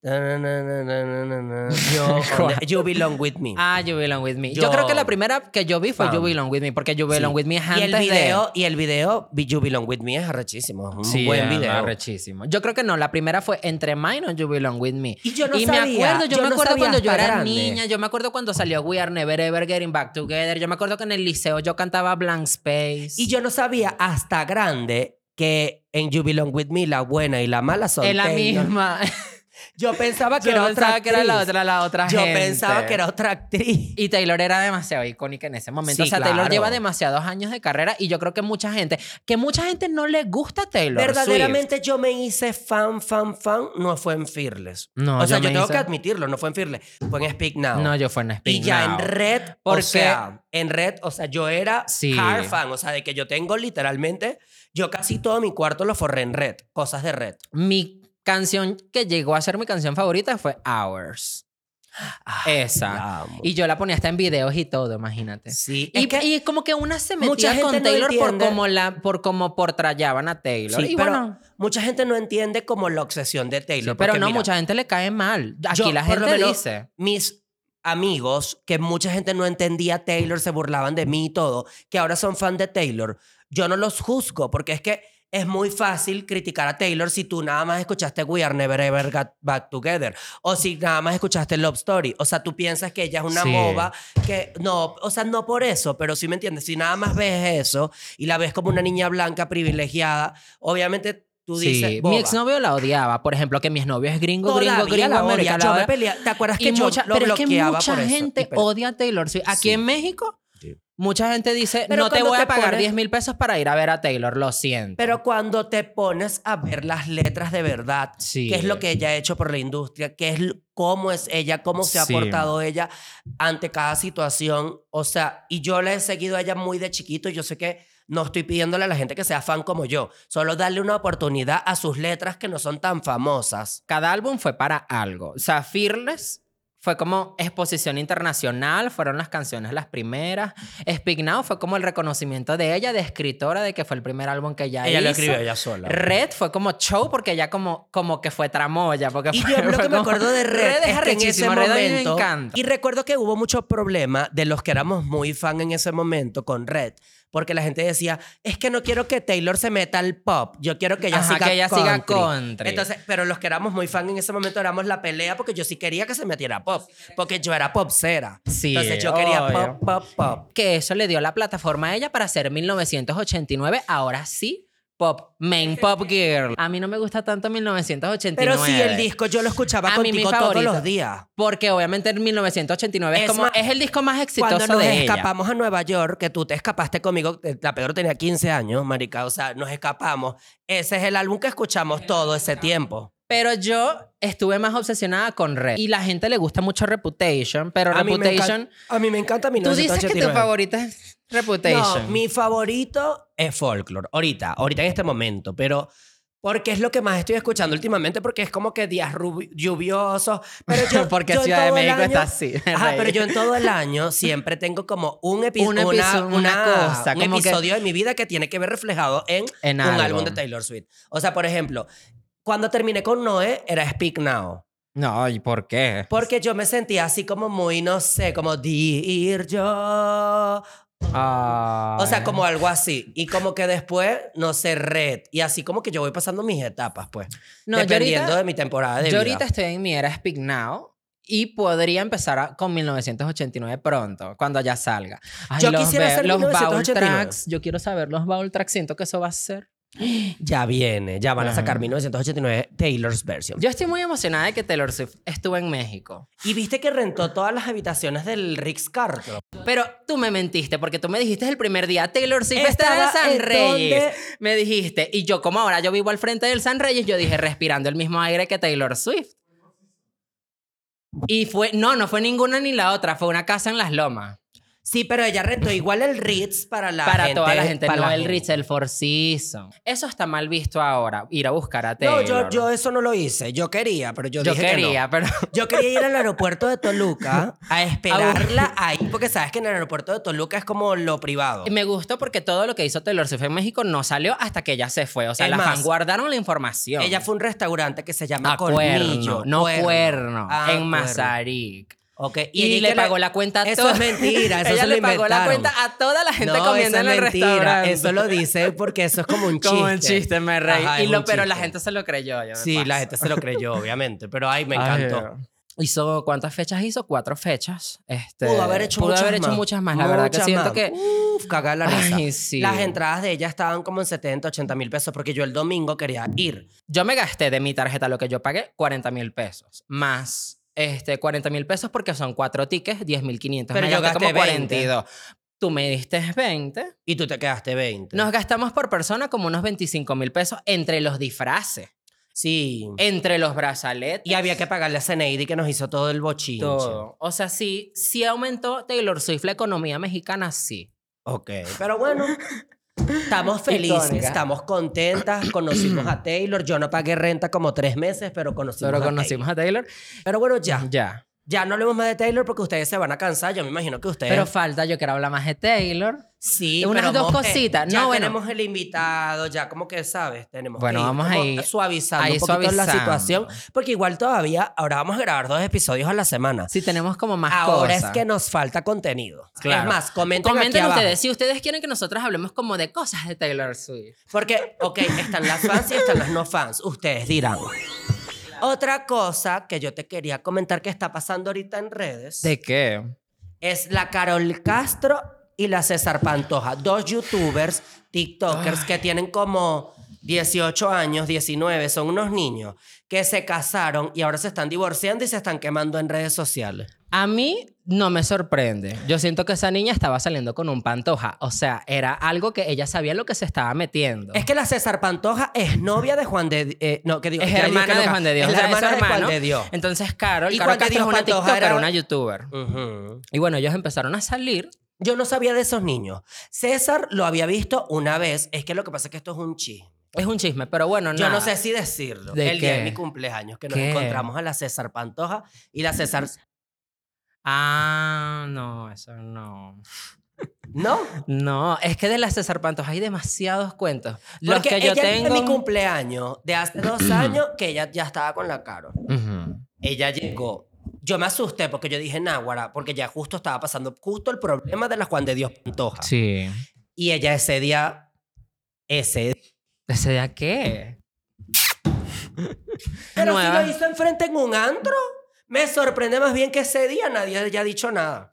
Speaker 3: na, na, na, na, na, na, na, Yo,
Speaker 4: ¿Cuál?
Speaker 3: you Belong With Me.
Speaker 4: Ah, You Belong With Me. Yo,
Speaker 3: Yo-
Speaker 4: creo que la primera que yo vi fue
Speaker 3: Fan.
Speaker 4: You Belong With Me, porque You Belong
Speaker 3: Sí.
Speaker 4: With Me es antes
Speaker 3: y el video,
Speaker 4: de...
Speaker 3: y el video, Be- You Belong With Me es arrechísimo. es Un
Speaker 4: Sí,
Speaker 3: buen
Speaker 4: es
Speaker 3: video.
Speaker 4: arrechísimo. Yo creo que no, la primera fue Entre Mine o You Belong With Me.
Speaker 3: Y yo no
Speaker 4: y
Speaker 3: sabía.
Speaker 4: me acuerdo, yo, me
Speaker 3: no
Speaker 4: acuerdo
Speaker 3: sabía
Speaker 4: cuando yo
Speaker 3: hasta
Speaker 4: era
Speaker 3: grande.
Speaker 4: niña, yo me acuerdo cuando salió We Are Never Ever Getting Back Together, yo me acuerdo que en el liceo yo cantaba Blank Space.
Speaker 3: Y yo no sabía hasta grande que en You Belong With Me, la buena y la mala son
Speaker 4: Es la
Speaker 3: Taylor.
Speaker 4: misma.
Speaker 3: Yo pensaba que
Speaker 4: Yo
Speaker 3: era
Speaker 4: pensaba
Speaker 3: otra
Speaker 4: que era la
Speaker 3: actriz.
Speaker 4: otra, la otra
Speaker 3: Yo
Speaker 4: gente.
Speaker 3: pensaba que era otra actriz.
Speaker 4: Y Taylor era demasiado icónica en ese momento.
Speaker 3: Sí,
Speaker 4: o sea, Taylor
Speaker 3: claro.
Speaker 4: lleva demasiados años de carrera y yo creo que mucha gente, que mucha gente no le gusta Taylor. Swift.
Speaker 3: Verdaderamente yo me hice fan, fan, fan. No fue en Fearless.
Speaker 4: No,
Speaker 3: o sea,
Speaker 4: yo
Speaker 3: yo
Speaker 4: me
Speaker 3: tengo
Speaker 4: hice-
Speaker 3: que admitirlo, no fue en Fearless. Fue en Speak Now.
Speaker 4: No, yo fui en Speak
Speaker 3: y ya
Speaker 4: Now.
Speaker 3: en red,
Speaker 4: Porque-
Speaker 3: o sea, en red, o sea, yo era
Speaker 4: Sí.
Speaker 3: hard fan, o sea, de que yo tengo literalmente, yo casi todo mi cuarto lo forré en red, cosas de red.
Speaker 4: Mi canción que llegó a ser mi canción favorita fue Hours. Esa.
Speaker 3: la amo.
Speaker 4: Y yo la ponía hasta en videos y todo, imagínate.
Speaker 3: Sí,
Speaker 4: Y,
Speaker 3: es que-
Speaker 4: y como que una se
Speaker 3: mucha
Speaker 4: metía
Speaker 3: gente
Speaker 4: con
Speaker 3: no
Speaker 4: Taylor por
Speaker 3: entiende.
Speaker 4: cómo la, por cómo portrayaban a Taylor.
Speaker 3: sí,
Speaker 4: y
Speaker 3: pero
Speaker 4: bueno,
Speaker 3: mucha gente no entiende como la obsesión de Taylor.
Speaker 4: pero
Speaker 3: porque
Speaker 4: no,
Speaker 3: mira,
Speaker 4: mucha gente le cae mal. Aquí
Speaker 3: yo,
Speaker 4: la
Speaker 3: por lo
Speaker 4: gente
Speaker 3: menos,
Speaker 4: dice.
Speaker 3: Mis amigos, que mucha gente no entendía Taylor, se burlaban de mí y todo, que ahora son fan de Taylor, yo no los juzgo porque es que es muy fácil criticar a Taylor si tú nada más escuchaste We Are Never Ever Got Back Together o si nada más escuchaste Love Story. O sea, tú piensas que ella es una
Speaker 4: Sí.
Speaker 3: boba que no, o sea, no por eso, pero sí me entiendes. Si nada más ves eso y la ves como una niña blanca privilegiada, obviamente tú dices.
Speaker 4: sí,
Speaker 3: boba.
Speaker 4: mi exnovio la odiaba, por ejemplo, que mi exnovio es gringo, gringo,
Speaker 3: Todavía
Speaker 4: gringo,
Speaker 3: la odia.
Speaker 4: americano.
Speaker 3: Yo me
Speaker 4: ahora.
Speaker 3: pelea- ¿Te acuerdas
Speaker 4: Y
Speaker 3: que yo
Speaker 4: mucha-
Speaker 3: lo
Speaker 4: pero es que
Speaker 3: bloqueaba
Speaker 4: mucha
Speaker 3: por eso? Y
Speaker 4: gente
Speaker 3: pero-
Speaker 4: odia a Taylor Swift. Aquí
Speaker 3: Sí.
Speaker 4: en México,
Speaker 3: Sí.
Speaker 4: mucha gente dice,
Speaker 3: Pero
Speaker 4: no te
Speaker 3: cuando
Speaker 4: voy a
Speaker 3: te
Speaker 4: pagar
Speaker 3: pones-
Speaker 4: 10 mil pesos para ir a ver a Taylor, lo siento.
Speaker 3: Pero cuando te pones a ver las letras de verdad,
Speaker 4: Sí.
Speaker 3: qué es lo que ella ha hecho por la industria, qué es lo- cómo es ella, cómo se ha
Speaker 4: Sí.
Speaker 3: portado ella ante cada situación, o sea, y yo la he seguido a ella muy de chiquito, y yo sé que no estoy pidiéndole a la gente que sea fan como yo, solo darle una oportunidad a sus letras que no son tan famosas.
Speaker 4: cada álbum fue para algo. O sea, Fearless fue como exposición internacional, fueron las canciones las primeras. Speak Now fue como el reconocimiento de ella, de escritora, de que fue el primer álbum que ella,
Speaker 3: ella lo
Speaker 4: hizo.
Speaker 3: escribió ella sola.
Speaker 4: Red fue como show porque ella como, como que fue tramoya. Porque
Speaker 3: Y
Speaker 4: fue-
Speaker 3: yo lo que
Speaker 4: fue
Speaker 3: me
Speaker 4: como-
Speaker 3: acuerdo de Red, es que en ese
Speaker 4: arrechísimo, Red a mí
Speaker 3: momento.
Speaker 4: me encanta.
Speaker 3: Y recuerdo que hubo muchos problemas de los que éramos muy fan en ese momento con Red. Porque la gente decía, es que no quiero que Taylor se meta al pop. Yo quiero que ella
Speaker 4: Ajá,
Speaker 3: siga
Speaker 4: que ella
Speaker 3: country.
Speaker 4: siga country.
Speaker 3: Entonces, pero los que éramos muy fan en ese momento éramos la pelea porque yo sí quería que se metiera pop. Porque yo era popcera.
Speaker 4: Sí,
Speaker 3: Entonces yo quería pop,
Speaker 4: obvio.
Speaker 3: pop, pop.
Speaker 4: que eso le dio la plataforma a ella para hacer 1989, ahora sí, pop, main pop girl. A mí no me gusta tanto 1989.
Speaker 3: Pero sí, el disco yo lo escuchaba
Speaker 4: A mí mi
Speaker 3: contigo todos
Speaker 4: favorito.
Speaker 3: los días.
Speaker 4: Porque obviamente en 1989 es,
Speaker 3: Es
Speaker 4: como
Speaker 3: más,
Speaker 4: es el disco más exitoso
Speaker 3: Cuando nos
Speaker 4: de ella.
Speaker 3: escapamos a Nueva York, que tú te escapaste conmigo, eh, la Pedro tenía 15 años, marica, o sea, nos escapamos. Ese es el álbum que escuchamos todo ese tiempo.
Speaker 4: Pero yo estuve más obsesionada con Red. Y la gente le gusta mucho Reputation, pero
Speaker 3: a, mí me
Speaker 4: Reputation.
Speaker 3: encanta, a mí me encanta
Speaker 4: Tú dices que tu
Speaker 3: 1989.
Speaker 4: favorita es Reputation.
Speaker 3: No, mi favorito es Folklore, ahorita, ahorita en este momento, pero porque es lo que más estoy escuchando últimamente, porque es como que días rubi- lluviosos, pero yo,
Speaker 4: Porque
Speaker 3: yo en
Speaker 4: Ciudad de
Speaker 3: todo el
Speaker 4: México
Speaker 3: año-
Speaker 4: está así.
Speaker 3: Ajá, pero yo en todo el año siempre tengo como un, epi-
Speaker 4: Un episo- una cosa,
Speaker 3: un
Speaker 4: como que-
Speaker 3: episodio de mi vida que tiene que ver reflejado en,
Speaker 4: En
Speaker 3: un
Speaker 4: algo.
Speaker 3: álbum de Taylor Swift. O sea, por ejemplo, cuando terminé con Noé era Speak Now.
Speaker 4: No, ¿y por qué?
Speaker 3: Porque yo me sentía así como muy, no sé, como dir yo. O sea, como algo así. Y como que después, no sé, red. Y así como que yo voy pasando mis etapas, pues.
Speaker 4: No, yo
Speaker 3: dependiendo
Speaker 4: ahorita-
Speaker 3: de mi temporada de
Speaker 4: Yo
Speaker 3: vida.
Speaker 4: ahorita estoy en mi era Speak Now y podría empezar a- con 1989 pronto, cuando ya salga. Ay,
Speaker 3: Yo
Speaker 4: los
Speaker 3: quisiera
Speaker 4: ve-
Speaker 3: hacer
Speaker 4: los baul
Speaker 3: 1989.
Speaker 4: tracks. Yo quiero saber los baul tracks. Siento que eso va a ser.
Speaker 3: Ya viene, ya van a sacar
Speaker 4: Ajá.
Speaker 3: 1989 Taylor's version.
Speaker 4: Yo estoy muy emocionada de que Taylor Swift estuvo en México.
Speaker 3: Y viste que rentó todas las habitaciones del Ritz Carlton.
Speaker 4: Pero tú me mentiste porque tú me dijiste el primer día, Taylor Swift
Speaker 3: Estaba
Speaker 4: estaba en San
Speaker 3: en
Speaker 4: Reyes.
Speaker 3: donde-
Speaker 4: Me dijiste, y yo como ahora yo vivo al frente del San Reyes, yo dije respirando el mismo aire que Taylor Swift. Y fue, no, no fue ninguna ni la otra, fue una casa en las lomas.
Speaker 3: Sí, pero ella rentó igual el Ritz para la
Speaker 4: para
Speaker 3: gente.
Speaker 4: toda la gente,
Speaker 3: para
Speaker 4: no
Speaker 3: la
Speaker 4: el
Speaker 3: gente.
Speaker 4: Ritz, el Four Seasons. Eso está mal visto ahora, ir a buscar a
Speaker 3: No, yo,
Speaker 4: Taylor.
Speaker 3: yo eso no lo hice. Yo quería, pero yo,
Speaker 4: Yo
Speaker 3: dije
Speaker 4: quería, pero...
Speaker 3: que no. Yo quería ir al aeropuerto de Toluca a esperarla ahí, porque sabes que en el aeropuerto de Toluca es como lo privado.
Speaker 4: Y Me gustó porque todo lo que hizo Taylor Swift en México no salió hasta que ella se fue. O sea,
Speaker 3: Es
Speaker 4: la
Speaker 3: más,
Speaker 4: guardaron la información.
Speaker 3: Ella fue a un restaurante que se llama
Speaker 4: a Ah, cuerno,
Speaker 3: Colmillo.
Speaker 4: no cuerno,
Speaker 3: Ah,
Speaker 4: en
Speaker 3: cuerno.
Speaker 4: Mazarik.
Speaker 3: Ok,
Speaker 4: Y,
Speaker 3: ella
Speaker 4: le
Speaker 3: que
Speaker 4: pagó la cuenta a
Speaker 3: Eso
Speaker 4: toda-
Speaker 3: es mentira, eso
Speaker 4: ella
Speaker 3: se lo
Speaker 4: le pagó la
Speaker 3: inventaron.
Speaker 4: cuenta a toda la gente
Speaker 3: No, eso
Speaker 4: comiendo en
Speaker 3: es
Speaker 4: el
Speaker 3: mentira.
Speaker 4: restaurante.
Speaker 3: Eso lo dice porque eso es como un chiste.
Speaker 4: Como un chiste, me reí.
Speaker 3: Ajá,
Speaker 4: y
Speaker 3: es
Speaker 4: lo,
Speaker 3: un
Speaker 4: pero la
Speaker 3: chiste.
Speaker 4: gente se lo creyó. yo me
Speaker 3: Sí,
Speaker 4: paso.
Speaker 3: la gente se lo creyó, obviamente, pero ay, me
Speaker 4: Ay,
Speaker 3: encantó.
Speaker 4: Dios. Hizo, ¿cuántas fechas hizo? Cuatro fechas. Este,
Speaker 3: Pudo haber hecho
Speaker 4: pudo
Speaker 3: muchas
Speaker 4: haber hecho
Speaker 3: más.
Speaker 4: muchas más. La verdad que
Speaker 3: Muchas
Speaker 4: siento
Speaker 3: más.
Speaker 4: que...
Speaker 3: Uf, cagar la risa.
Speaker 4: Ay, sí.
Speaker 3: Las entradas de ella estaban como en 70, 80 mil pesos porque yo el domingo quería ir.
Speaker 4: Yo me gasté de mi tarjeta lo que yo pagué, 40 mil pesos. Más este, 40 mil pesos porque son cuatro tickets, 10 mil 500.
Speaker 3: Pero
Speaker 4: me
Speaker 3: yo
Speaker 4: gasté como
Speaker 3: gasté 20.
Speaker 4: 42. Tú me diste 20.
Speaker 3: Y tú te quedaste 20.
Speaker 4: Nos gastamos por persona como unos 25 mil pesos entre los disfraces,
Speaker 3: Sí.
Speaker 4: entre los brazaletes.
Speaker 3: Y había que pagarle a Zeneidi que nos hizo todo el bochinche.
Speaker 4: todo. O sea, sí, sí aumentó Taylor Swift la economía mexicana, sí.
Speaker 3: Ok. Pero bueno, estamos felices,
Speaker 4: Icónica.
Speaker 3: estamos contentas. Conocimos a Taylor. Yo no pagué renta como tres meses, pero conocimos
Speaker 4: Pero
Speaker 3: a
Speaker 4: conocimos a Taylor.
Speaker 3: Taylor. Pero bueno, ya.
Speaker 4: Ya.
Speaker 3: Ya no hablemos más de Taylor porque ustedes se van a cansar. Yo me imagino que ustedes.
Speaker 4: Pero falta, yo quiero hablar más de Taylor.
Speaker 3: sí,
Speaker 4: unas
Speaker 3: pero
Speaker 4: dos
Speaker 3: Monje,
Speaker 4: cositas.
Speaker 3: Ya
Speaker 4: No, bueno.
Speaker 3: tenemos el invitado, ya como que sabes, tenemos.
Speaker 4: Bueno,
Speaker 3: que ir
Speaker 4: vamos
Speaker 3: como
Speaker 4: ahí-
Speaker 3: Suavizando
Speaker 4: ahí
Speaker 3: un poquito la
Speaker 4: suavizando.
Speaker 3: situación. Porque igual todavía, ahora vamos a grabar dos episodios a la semana.
Speaker 4: Sí, tenemos como más
Speaker 3: ahora
Speaker 4: cosas.
Speaker 3: es que nos falta contenido.
Speaker 4: Claro.
Speaker 3: Es más, comenten, aquí
Speaker 4: Comenten
Speaker 3: abajo.
Speaker 4: ustedes si ustedes quieren que nosotros hablemos como de cosas de Taylor Swift.
Speaker 3: Porque, ok, están las fans y están las no fans. Ustedes dirán. Otra cosa que yo te quería comentar que está pasando ahorita en redes
Speaker 4: qué?
Speaker 3: es la Carol Castro y la César Pantoja, dos youtubers, tiktokers que tienen como 18 años, 19, son unos niños que se casaron y ahora se están divorciando y se están quemando en redes sociales.
Speaker 4: A mí no me sorprende. Yo siento que esa niña estaba saliendo con un pantoja. O sea, era algo que ella sabía lo que se estaba metiendo.
Speaker 3: Es que la César Pantoja es novia de Juan de eh, no, que digo,
Speaker 4: Es
Speaker 3: ya dije
Speaker 4: hermana de
Speaker 3: loca.
Speaker 4: Juan de Dios.
Speaker 3: Es
Speaker 4: o
Speaker 3: la
Speaker 4: sea,
Speaker 3: hermana
Speaker 4: su
Speaker 3: de Juan
Speaker 4: hermano.
Speaker 3: de Dios.
Speaker 4: Entonces, Carol,
Speaker 3: Y
Speaker 4: Carol
Speaker 3: Juan de
Speaker 4: Castro es
Speaker 3: Dios
Speaker 4: una
Speaker 3: Pantoja
Speaker 4: TikToker,
Speaker 3: era-
Speaker 4: una YouTuber.
Speaker 3: Ujú.
Speaker 4: Y bueno, ellos empezaron a salir.
Speaker 3: Yo no sabía de esos niños. César lo había visto una vez. Es que lo que pasa es que esto es un chisme.
Speaker 4: Es un chisme, pero bueno,
Speaker 3: Yo
Speaker 4: nada.
Speaker 3: no sé si decirlo.
Speaker 4: ¿De
Speaker 3: el día de
Speaker 4: qué?
Speaker 3: mi cumpleaños, que nos
Speaker 4: ¿Qué?
Speaker 3: encontramos a la César Pantoja y la César.
Speaker 4: Ah, no, eso no.
Speaker 3: ¿No?
Speaker 4: No, es que de la César Pantoja hay demasiados cuentos. Los
Speaker 3: Porque
Speaker 4: que yo
Speaker 3: ella
Speaker 4: tengo.
Speaker 3: de mi cumpleaños de hace dos años que ella ya estaba con la Carol.
Speaker 4: Ujú.
Speaker 3: Ella llegó. Yo me asusté porque yo dije, náguara, porque ya justo estaba pasando justo el problema de la Juan de Dios Pantoja.
Speaker 4: Sí.
Speaker 3: Y ella ese día. Ese.
Speaker 4: ¿Ese día qué?
Speaker 3: Pero
Speaker 4: Nueva.
Speaker 3: si lo hizo enfrente en un antro. Me sorprende más bien que ese día nadie haya dicho nada.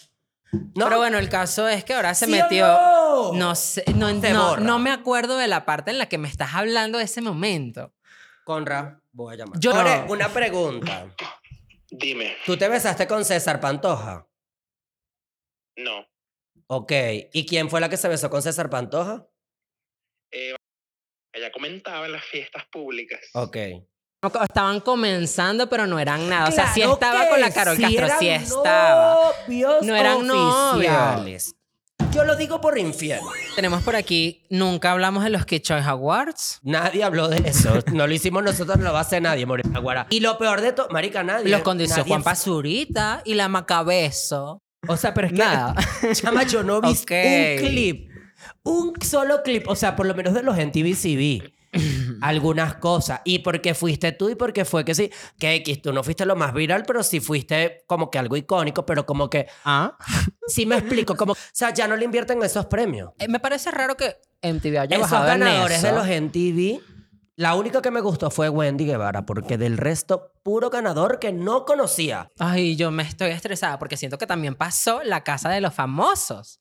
Speaker 3: ¿No?
Speaker 4: Pero bueno, el caso es que ahora se
Speaker 3: ¿Sí o
Speaker 4: metió.
Speaker 3: no?
Speaker 4: sé, no,
Speaker 3: Se
Speaker 4: no,
Speaker 3: borra.
Speaker 4: no me acuerdo de la parte en la que me estás hablando de ese momento.
Speaker 3: Conra, voy a llamar.
Speaker 4: Yo-
Speaker 3: Lore, una pregunta.
Speaker 2: Dime,
Speaker 3: ¿Tú te besaste con César Pantoja?
Speaker 2: no.
Speaker 3: Ok. ¿Y quién fue la que se besó con César Pantoja?
Speaker 2: Ella comentaba en las fiestas públicas.
Speaker 3: Ok.
Speaker 4: No, co- Estaban comenzando, pero no eran nada. O sea, sí
Speaker 3: Claro
Speaker 4: estaba
Speaker 3: que
Speaker 4: con la Carol
Speaker 3: sí
Speaker 4: Castro,
Speaker 3: eran
Speaker 4: sí estaba.
Speaker 3: Novios
Speaker 4: No eran
Speaker 3: oficiales. Yo lo digo por infiel.
Speaker 4: Tenemos por aquí, nunca hablamos de los Kid Choice Awards.
Speaker 3: Nadie habló de eso. No lo hicimos nosotros, no lo va a hacer nadie, Morena Guara. Y lo peor de todo, marica, nadie.
Speaker 4: Los condicionó
Speaker 3: nadie-
Speaker 4: Juan Pazurita y la Macabezo.
Speaker 3: O sea, pero es que
Speaker 4: Nada.
Speaker 3: Chama, yo no vi
Speaker 4: Ok.
Speaker 3: un clip. Un solo clip. O sea, por lo menos de los NTVCB. Algunas cosas. Y porque fuiste tú y porque fue que sí. Que X, tú no fuiste lo más viral, pero sí fuiste como que algo icónico, pero como que.
Speaker 4: Ah.
Speaker 3: Sí me explico. Como, o sea, ya no le invierten esos premios.
Speaker 4: Eh, me parece raro que MTV haya
Speaker 3: Esos
Speaker 4: bajado en
Speaker 3: ganadores
Speaker 4: eso.
Speaker 3: de los NTV. La única que me gustó fue Wendy Guevara, porque del resto, puro ganador que no conocía.
Speaker 4: Ay, yo me estoy estresada porque siento que también pasó la casa de los famosos.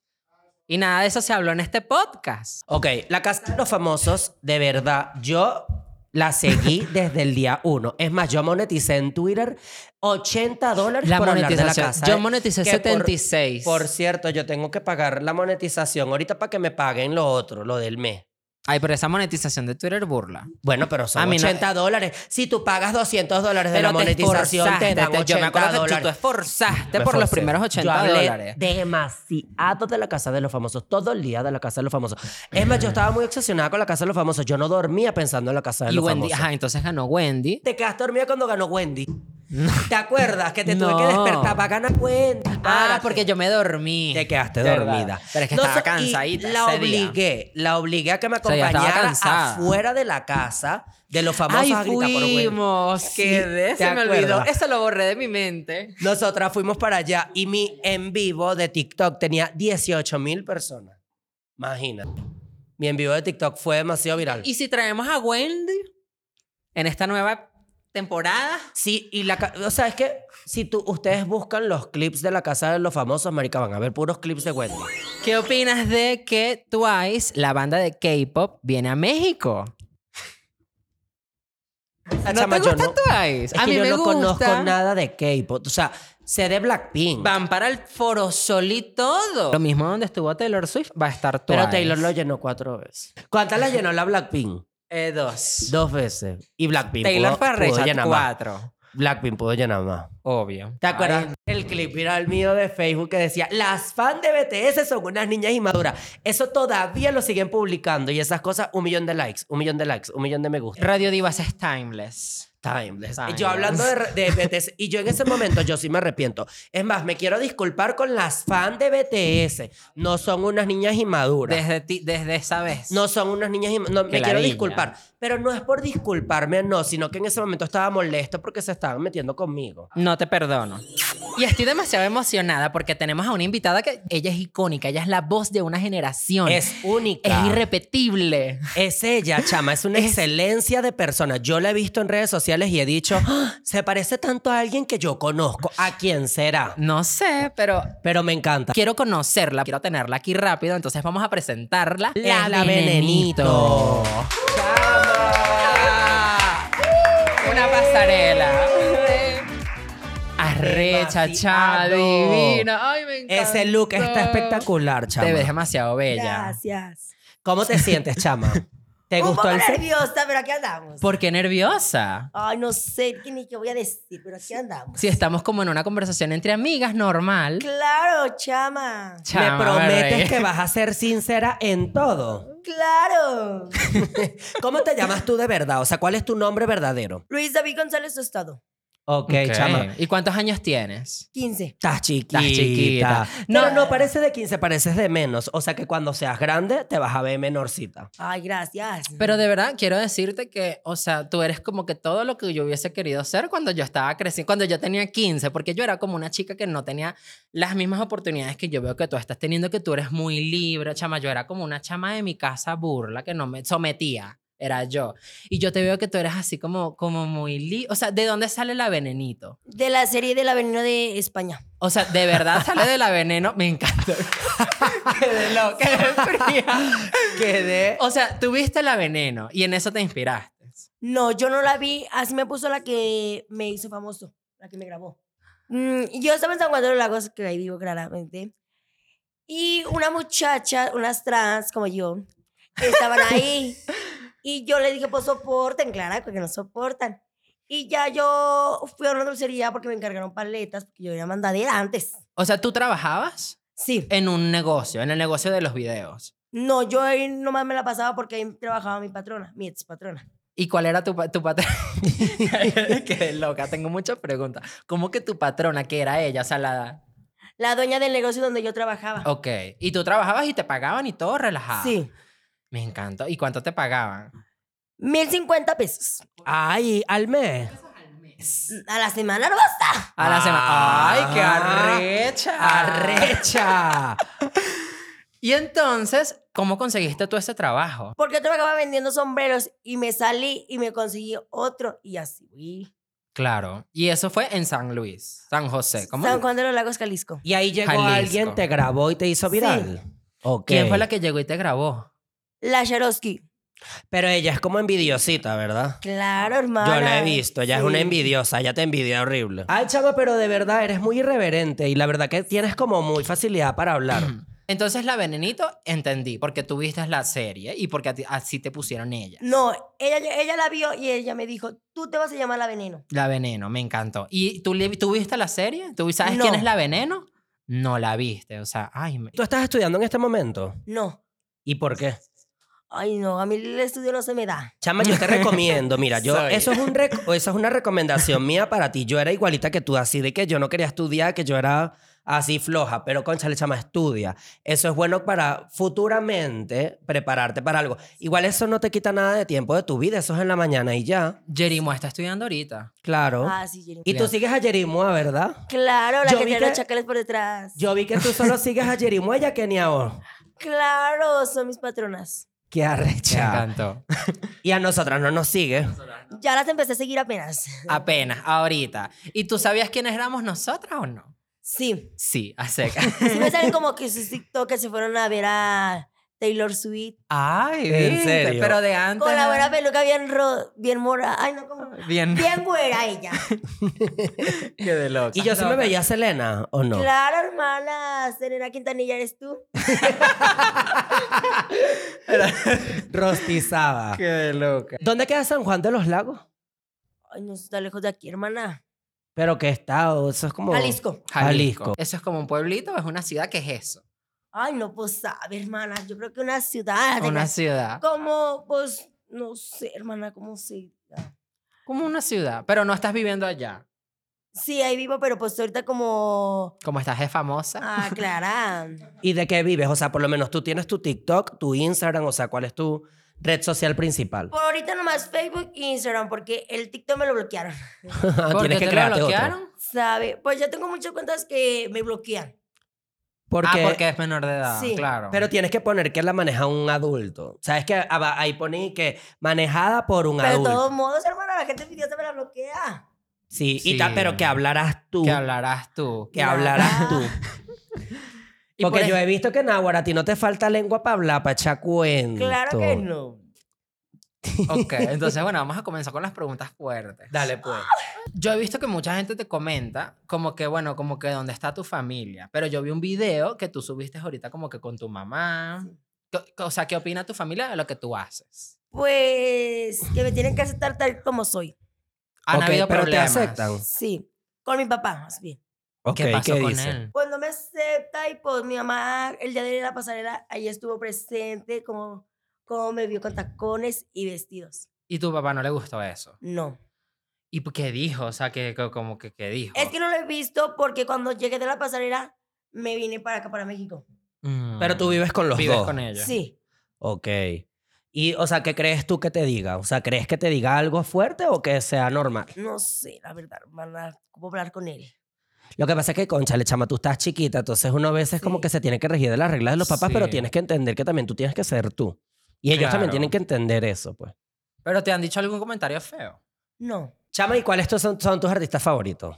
Speaker 4: Y nada de eso se habló en este podcast.
Speaker 3: Ok, la Casa de los Famosos, de verdad, yo la seguí desde el día uno. Es más, yo moneticé en Twitter 80 dólares
Speaker 4: La
Speaker 3: por hablar de la
Speaker 4: monetización.
Speaker 3: casa.
Speaker 4: Yo
Speaker 3: ¿eh?
Speaker 4: moneticé
Speaker 3: Que
Speaker 4: 76.
Speaker 3: Por, por cierto, yo tengo que pagar la monetización ahorita para que me paguen lo otro, lo del mes.
Speaker 4: Ay, pero esa monetización de Twitter burla.
Speaker 3: Bueno, pero
Speaker 4: A
Speaker 3: son
Speaker 4: mí no-
Speaker 3: 80 dólares. Si tú pagas 200 dólares de
Speaker 4: Pero
Speaker 3: la monetización, te,
Speaker 4: esforzaste,
Speaker 3: dan 80
Speaker 4: yo me acuerdo que tú- tú
Speaker 3: dólares.
Speaker 4: esforzaste
Speaker 3: Me
Speaker 4: por los
Speaker 3: esforcé.
Speaker 4: primeros 80
Speaker 3: yo hablé
Speaker 4: dólares.
Speaker 3: Demasiado de la Casa de los Famosos, todo el día de la Casa de los Famosos. Es más, yo estaba muy obsesionada con la Casa de los Famosos. Yo no dormía pensando en la Casa de
Speaker 4: Y
Speaker 3: los
Speaker 4: Wendy,
Speaker 3: Famosos.
Speaker 4: ajá, entonces ganó Wendy.
Speaker 3: Te quedaste dormida cuando ganó Wendy. ¿Te acuerdas que te
Speaker 4: No.
Speaker 3: tuve que despertar para ganar Wendy?
Speaker 4: Ah,
Speaker 3: Párate.
Speaker 4: porque yo me dormí.
Speaker 3: te quedaste
Speaker 4: ¿Verdad?
Speaker 3: dormida.
Speaker 4: Pero es que
Speaker 3: No,
Speaker 4: estaba
Speaker 3: so- y
Speaker 4: cansadita.
Speaker 3: La
Speaker 4: ese día.
Speaker 3: obligué, la obligué a que me
Speaker 4: sea, ya estaba
Speaker 3: acompañara
Speaker 4: cansada.
Speaker 3: afuera de la casa de los famosos
Speaker 4: Ay,
Speaker 3: a gritar por Wendy.
Speaker 4: fuimos.
Speaker 3: Sí,
Speaker 4: Quedé,
Speaker 3: ¿te
Speaker 4: se me olvidó.
Speaker 3: acuerdas?
Speaker 4: Eso lo borré de mi mente.
Speaker 3: Nosotras fuimos para allá y mi en vivo de TikTok tenía 18 mil personas. Imagínate. Mi en vivo de TikTok fue demasiado viral.
Speaker 4: ¿Y si traemos a Wendy en esta nueva
Speaker 5: temporadas.
Speaker 3: Sí, y la... ca- O sea, es que si tú, ustedes buscan los clips de la casa de los famosos, marica, van a ver puros clips de Wendy.
Speaker 4: ¿Qué opinas de que Twice, la banda de K-pop, viene a México?
Speaker 3: Esa
Speaker 4: ¿No
Speaker 3: chama,
Speaker 4: te
Speaker 3: yo
Speaker 4: gusta
Speaker 3: no-
Speaker 4: Twice?
Speaker 3: Es
Speaker 4: a
Speaker 3: que
Speaker 4: mí
Speaker 3: yo
Speaker 4: me
Speaker 3: no
Speaker 4: gusta.
Speaker 3: conozco nada de K-pop. O sea, sé de Blackpink.
Speaker 5: Van para el Foro Sol y todo.
Speaker 4: Lo mismo donde estuvo Taylor Swift, va a estar Twice.
Speaker 3: Pero Taylor lo llenó cuatro veces. ¿Cuántas la llenó la Blackpink?
Speaker 4: Eh, dos.
Speaker 3: Dos veces. Y Blackpink
Speaker 4: Taylor
Speaker 3: pudo, pudo
Speaker 4: Farrecha,
Speaker 3: llenar más.
Speaker 4: cuatro.
Speaker 3: Blackpink pudo llenar más.
Speaker 4: Obvio.
Speaker 3: ¿Te acuerdas? El clip viral mío de Facebook que decía, las fans de BTS son unas niñas inmaduras. Eso todavía lo siguen publicando y esas cosas, un millón de likes, un millón de likes, un millón de me gusta.
Speaker 4: Radio Divas es timeless.
Speaker 3: Timeless.
Speaker 4: Timeless.
Speaker 3: Yo hablando de, de BTS y yo en ese momento yo sí me arrepiento. Es más, me quiero disculpar con las fans de BTS. No son unas niñas inmaduras.
Speaker 4: Desde, ti- desde esa vez.
Speaker 3: No son unas niñas. inma- No, me
Speaker 4: Que la
Speaker 3: quiero
Speaker 4: niña.
Speaker 3: disculpar. Pero no es por disculparme, no, sino que en ese momento estaba molesto porque se estaban metiendo conmigo.
Speaker 4: No te perdono. Y estoy demasiado emocionada porque tenemos a una invitada que ella es icónica, ella es la voz de una generación.
Speaker 3: Es única.
Speaker 4: Es irrepetible.
Speaker 3: Es ella, chama, es una excelencia de persona. Yo la he visto en redes sociales y he dicho, "Ah, se parece tanto a alguien que yo conozco. ¿A quién será?
Speaker 4: No sé, pero
Speaker 3: Pero me encanta.
Speaker 4: quiero conocerla, quiero tenerla aquí rápido, entonces vamos a presentarla.
Speaker 3: Es la Venenito.
Speaker 4: Una pasarela. Arrecha, chá,
Speaker 3: Demasiado.
Speaker 4: divina. Ay, me encanta.
Speaker 3: Ese look está espectacular,
Speaker 4: Te ves
Speaker 3: chama.
Speaker 4: demasiado bella.
Speaker 5: Gracias.
Speaker 3: ¿Cómo te sientes, chama? ¿Te
Speaker 5: Un
Speaker 3: gustó
Speaker 5: poco
Speaker 3: el set?
Speaker 5: nerviosa, pero aquí andamos.
Speaker 4: ¿Por qué nerviosa?
Speaker 5: Ay, no sé qué ni qué voy a decir, pero aquí andamos.
Speaker 4: Si estamos como en una conversación entre amigas, normal.
Speaker 5: Claro, chama.
Speaker 4: Chama,
Speaker 3: ¿Me
Speaker 4: ¿verdad?
Speaker 3: prometes que vas a ser sincera en todo?
Speaker 5: Claro.
Speaker 3: ¿Cómo te llamas tú de verdad? O sea, ¿cuál es tu nombre verdadero?
Speaker 5: Luis David González Tostado,
Speaker 3: Ok,
Speaker 4: Ok.
Speaker 3: chama.
Speaker 4: ¿Y cuántos años tienes?
Speaker 5: 15.
Speaker 3: Estás chiquita.
Speaker 4: chiquita.
Speaker 3: No,
Speaker 4: No.
Speaker 3: no, parece de 15, pareces de menos. O sea que cuando seas grande te vas a ver menorcita.
Speaker 5: Ay, gracias.
Speaker 4: Pero de verdad, quiero decirte que, o sea, tú eres como que todo lo que yo hubiese querido ser cuando yo estaba creciendo, cuando yo tenía 15, porque yo era como una chica que no tenía las mismas oportunidades que yo veo que tú estás teniendo, que tú eres muy libre, chama. Yo era como una chama de mi casa burla que no me sometía, era yo. Y yo te veo que tú eres así como, como muy libre. O sea, ¿de dónde sale la venenito?
Speaker 5: De la serie de la Avenida de España.
Speaker 4: O sea, de verdad sale de la veneno, me encanta. quedé loca, quedé fría.
Speaker 3: Quedé.
Speaker 4: O sea, tuviste la veneno y en eso te inspiraste.
Speaker 5: No, yo no la vi. Así me puso la que me hizo famoso, la que me grabó. Mm, y yo estaba en San Juan de los Lagos, que ahí vivo claramente. Y una muchacha, unas trans como yo, estaban ahí. y yo le dije, pues soporten, Clara, porque no soportan. Y ya yo fui a una dulcería porque me encargaron paletas, porque yo era mandadera antes.
Speaker 4: O sea, tú trabajabas
Speaker 5: Sí.
Speaker 4: en un negocio, en el negocio de los videos.
Speaker 5: No, yo ahí nomás me la pasaba porque ahí trabajaba mi patrona, mi ex patrona.
Speaker 4: ¿Y cuál era tu, pa- tu patrona? Qué loca, tengo muchas preguntas. ¿Cómo que tu patrona, que era ella, o sea, la...
Speaker 5: La dueña del negocio donde yo trabajaba.
Speaker 4: Ok, y tú trabajabas y te pagaban y todo relajado.
Speaker 5: Sí.
Speaker 4: Me encantó. ¿Y cuánto te pagaban?
Speaker 5: 1050 pesos.
Speaker 3: Ay, al mes.
Speaker 5: A la semana no basta.
Speaker 4: A la semana.
Speaker 3: Ah.
Speaker 4: ¡Ay, qué arrecha!
Speaker 3: ¡Arrecha!
Speaker 4: Y entonces, ¿cómo conseguiste tú ese trabajo?
Speaker 5: Porque yo trabajaba vendiendo sombreros y me salí y me conseguí otro y así. fui.
Speaker 4: Claro. Y eso fue en San Luis, San José. ¿Cómo?
Speaker 5: San Juan de los Lagos, Jalisco.
Speaker 3: Y ahí llegó
Speaker 4: Jalisco.
Speaker 3: alguien, te grabó y te hizo viral. Ok.
Speaker 4: ¿Quién fue la que llegó y te grabó?
Speaker 5: La Sharosky.
Speaker 3: Pero ella es como envidiosita, ¿verdad?
Speaker 5: Claro, hermana.
Speaker 3: Yo la he visto, ella es
Speaker 5: Sí.
Speaker 3: una envidiosa, ella te envidia horrible. Ay, chama, pero de verdad eres muy irreverente y la verdad que tienes como muy facilidad para hablar.
Speaker 4: Entonces la Venenito entendí, porque tú viste la serie y porque a ti- así te pusieron ella.
Speaker 5: No, ella, ella la vio y ella me dijo, tú te vas a llamar la veneno.
Speaker 4: La Veneno, me encantó. ¿Y tú, le- tú viste la serie? ¿Tú sabes
Speaker 5: No.
Speaker 4: quién es la Veneno? No la viste, o sea, ay, me-
Speaker 3: ¿Tú estás estudiando en este momento?
Speaker 5: No.
Speaker 3: ¿Y por qué?
Speaker 5: Ay, no, a mí el estudio no se me da.
Speaker 3: Chama, yo te recomiendo, mira, yo,
Speaker 4: Soy.
Speaker 3: eso, es un rec- eso es una recomendación mía para ti. Yo era igualita que tú, así de que yo no quería estudiar, que yo era así floja, pero conchale, chama, estudia. Eso es bueno para futuramente prepararte para algo. Igual eso no te quita nada de tiempo de tu vida, eso es en la mañana y ya,
Speaker 4: Jerimo está estudiando ahorita.
Speaker 3: claro.
Speaker 5: Ah, sí, Jeremy.
Speaker 3: y tú sigues a Jerimoa, ¿verdad?
Speaker 5: Claro, la
Speaker 3: Yo
Speaker 5: que
Speaker 3: vi
Speaker 5: tiene los
Speaker 3: que-
Speaker 5: chacales por detrás.
Speaker 3: Yo vi que tú solo sigues a Jerimoa y a Kenia Orr.
Speaker 5: Claro, son mis patronas.
Speaker 3: Qué
Speaker 4: Me
Speaker 3: arrecha.
Speaker 4: encantó.
Speaker 3: Y a nosotras no nos sigue.
Speaker 5: Ya las empecé a seguir apenas.
Speaker 4: Apenas, ahorita. ¿Y tú sabías quiénes éramos nosotras o no?
Speaker 5: Sí.
Speaker 4: Sí, a seca.
Speaker 5: Sí me salen como que sus TikTok que se fueron a ver a Taylor Swift.
Speaker 4: Ay,
Speaker 3: ¿En
Speaker 4: ¿viste?
Speaker 3: serio?
Speaker 4: Pero de antes.
Speaker 5: Con la buena peluca bien, ro- bien mora. Ay, no, como...
Speaker 4: Bien.
Speaker 5: Bien güera ella.
Speaker 4: Qué de loca.
Speaker 3: ¿Y yo sí me veía a Selena o no?
Speaker 5: Claro, hermana. Serena Quintanilla eres tú.
Speaker 3: Rostizaba.
Speaker 4: Qué de loca.
Speaker 3: ¿Dónde queda San Juan de los Lagos?
Speaker 5: Ay, no está lejos de aquí, hermana.
Speaker 3: Pero que está, o eso es como...
Speaker 5: Jalisco.
Speaker 4: Jalisco.
Speaker 3: Jalisco.
Speaker 4: ¿Eso es como un pueblito o es una ciudad? ¿Qué es eso?
Speaker 5: Ay, no, pues sabe, hermana. Yo creo que una ciudad.
Speaker 4: Una
Speaker 5: tenga-
Speaker 4: ciudad.
Speaker 5: Como, pues, no sé, hermana, cómo se.
Speaker 4: Como una ciudad. Pero no estás viviendo allá.
Speaker 5: Sí, ahí vivo, pero pues ahorita como.
Speaker 4: Como estás de famosa.
Speaker 5: Ah, Clara.
Speaker 3: ¿Y de qué vives? O sea, por lo menos tú tienes tu TikTok, tu Instagram, o sea, ¿cuál es tu red social principal?
Speaker 5: Por ahorita nomás Facebook e Instagram, porque el TikTok me lo bloquearon.
Speaker 3: Ah,
Speaker 4: ¿Por qué te lo
Speaker 3: crearte otro.
Speaker 4: bloquearon?
Speaker 5: ¿Sabe? Pues ya tengo muchas cuentas que me bloquean.
Speaker 3: Porque,
Speaker 4: Ah, porque es menor de edad.
Speaker 5: Sí,
Speaker 4: claro.
Speaker 3: Pero tienes que poner que la maneja un adulto. O sea, es que aba- ahí pone que manejada por un
Speaker 5: Pero de
Speaker 3: adulto.
Speaker 5: todos modos, hermana, la gente envidiosa me la bloquea.
Speaker 3: Sí,
Speaker 4: Sí.
Speaker 3: Y ta- pero que hablarás tú.
Speaker 4: que hablarás tú.
Speaker 3: Que hablarás tú.
Speaker 4: Y por
Speaker 3: Porque yo
Speaker 4: ej-
Speaker 3: he visto que en Nahuara a ti no te falta lengua para hablar, para echar cuento.
Speaker 5: Claro que no.
Speaker 4: Ok, entonces bueno, vamos a comenzar con las preguntas fuertes.
Speaker 3: Dale, pues.
Speaker 4: Yo he visto que mucha gente te comenta como que, bueno, como que dónde está tu familia. Pero yo vi un video que tú subiste ahorita como que con tu mamá. Co- co- O sea, ¿qué opina tu familia de lo que tú haces?
Speaker 5: Pues que me tienen que aceptar tal como soy.
Speaker 4: ¿Han
Speaker 3: Ok,
Speaker 4: habido
Speaker 3: pero
Speaker 4: problemas?
Speaker 3: te aceptan.
Speaker 5: Sí. Con mi papá, más bien.
Speaker 3: Ok,
Speaker 4: ¿Qué pasó con
Speaker 3: dice?
Speaker 4: él?
Speaker 5: Pues no me acepta y pues mi mamá el día de la pasarela ahí estuvo presente como, como me vio con tacones y vestidos.
Speaker 4: Y tu papá no le gustó eso.
Speaker 5: No.
Speaker 4: ¿Y por qué dijo? O sea, que co- como que qué dijo.
Speaker 5: Es que no lo he visto porque cuando llegué de la pasarela me vine para acá, para México.
Speaker 4: Mm.
Speaker 3: Pero tú vives con los
Speaker 4: vives
Speaker 3: dos.
Speaker 4: con ella.
Speaker 5: Sí.
Speaker 3: Ok. Y, o sea, ¿qué crees tú que te diga? O sea, ¿crees que te diga algo fuerte o que sea normal?
Speaker 5: No sé, la verdad, hermana, cómo hablar con él.
Speaker 3: Lo que pasa es que, concha, le chama, tú estás chiquita, entonces uno a veces como
Speaker 5: Sí.
Speaker 3: que se tiene que regir de las reglas de los papás, pero
Speaker 4: Sí.
Speaker 3: tienes que entender que también tú tienes que ser tú. Y ellos
Speaker 4: Claro.
Speaker 3: también tienen que entender eso, pues.
Speaker 4: Pero te han dicho algún comentario feo.
Speaker 5: No.
Speaker 3: Chama, ¿y cuáles tus- son, son tus artistas favoritos?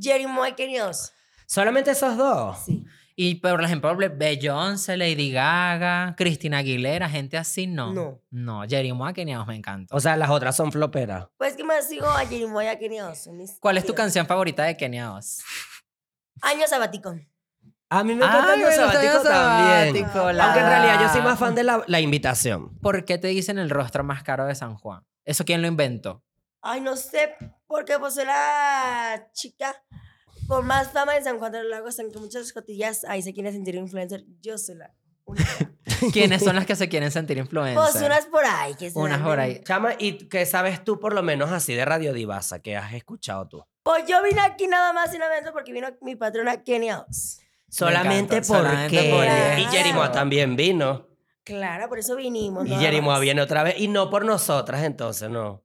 Speaker 5: Jerry Moe, queridos.
Speaker 3: ¿Solamente esos dos?
Speaker 5: Sí.
Speaker 4: Y por ejemplo, Be- Beyoncé, Lady Gaga, Cristina Aguilera, gente así, no.
Speaker 5: No.
Speaker 4: No, Jerry Moa, que ni a vos me encanta.
Speaker 3: O sea, las otras son floperas.
Speaker 5: Pues que más sigo a Jerry Moe, queridos.
Speaker 4: ¿Cuál es tu
Speaker 5: canción?
Speaker 4: canción favorita de Kenia Oz?
Speaker 5: Año sabático.
Speaker 3: A mí me
Speaker 4: Ay,
Speaker 3: encantan los
Speaker 4: me gustan
Speaker 3: sabáticos
Speaker 4: los
Speaker 3: también.
Speaker 4: sabáticos, la
Speaker 3: Aunque en realidad yo soy
Speaker 4: verdad.
Speaker 3: más fan de la, la invitación.
Speaker 4: ¿Por qué te dicen el rostro más caro de San Juan? ¿Eso quién lo inventó?
Speaker 5: Ay, no sé, porque pues soy la chica con más fama en San Juan de los Lagos, aunque muchas cotillas ahí se quieren sentir influencer. Yo soy la única.
Speaker 4: ¿Quiénes son las que se quieren sentir
Speaker 5: pues
Speaker 4: influencers?
Speaker 5: unas por ahí. Que se
Speaker 4: Unas
Speaker 5: dan
Speaker 4: por
Speaker 5: de-
Speaker 4: ahí.
Speaker 3: Chama, ¿y qué sabes tú por lo menos así de Radio Divasa que has escuchado tú?
Speaker 5: Pues yo vine aquí nada más y nada menos porque vino mi patrona Kenia Oz.
Speaker 3: Solamente
Speaker 4: encanta, solamente
Speaker 3: porque...
Speaker 5: por
Speaker 3: y
Speaker 5: eso.
Speaker 3: Jerimoa también vino.
Speaker 5: Claro, por eso vinimos.
Speaker 3: Y
Speaker 5: nada
Speaker 3: Jerimoa
Speaker 5: más.
Speaker 3: viene otra vez. Y no por nosotras, entonces, no.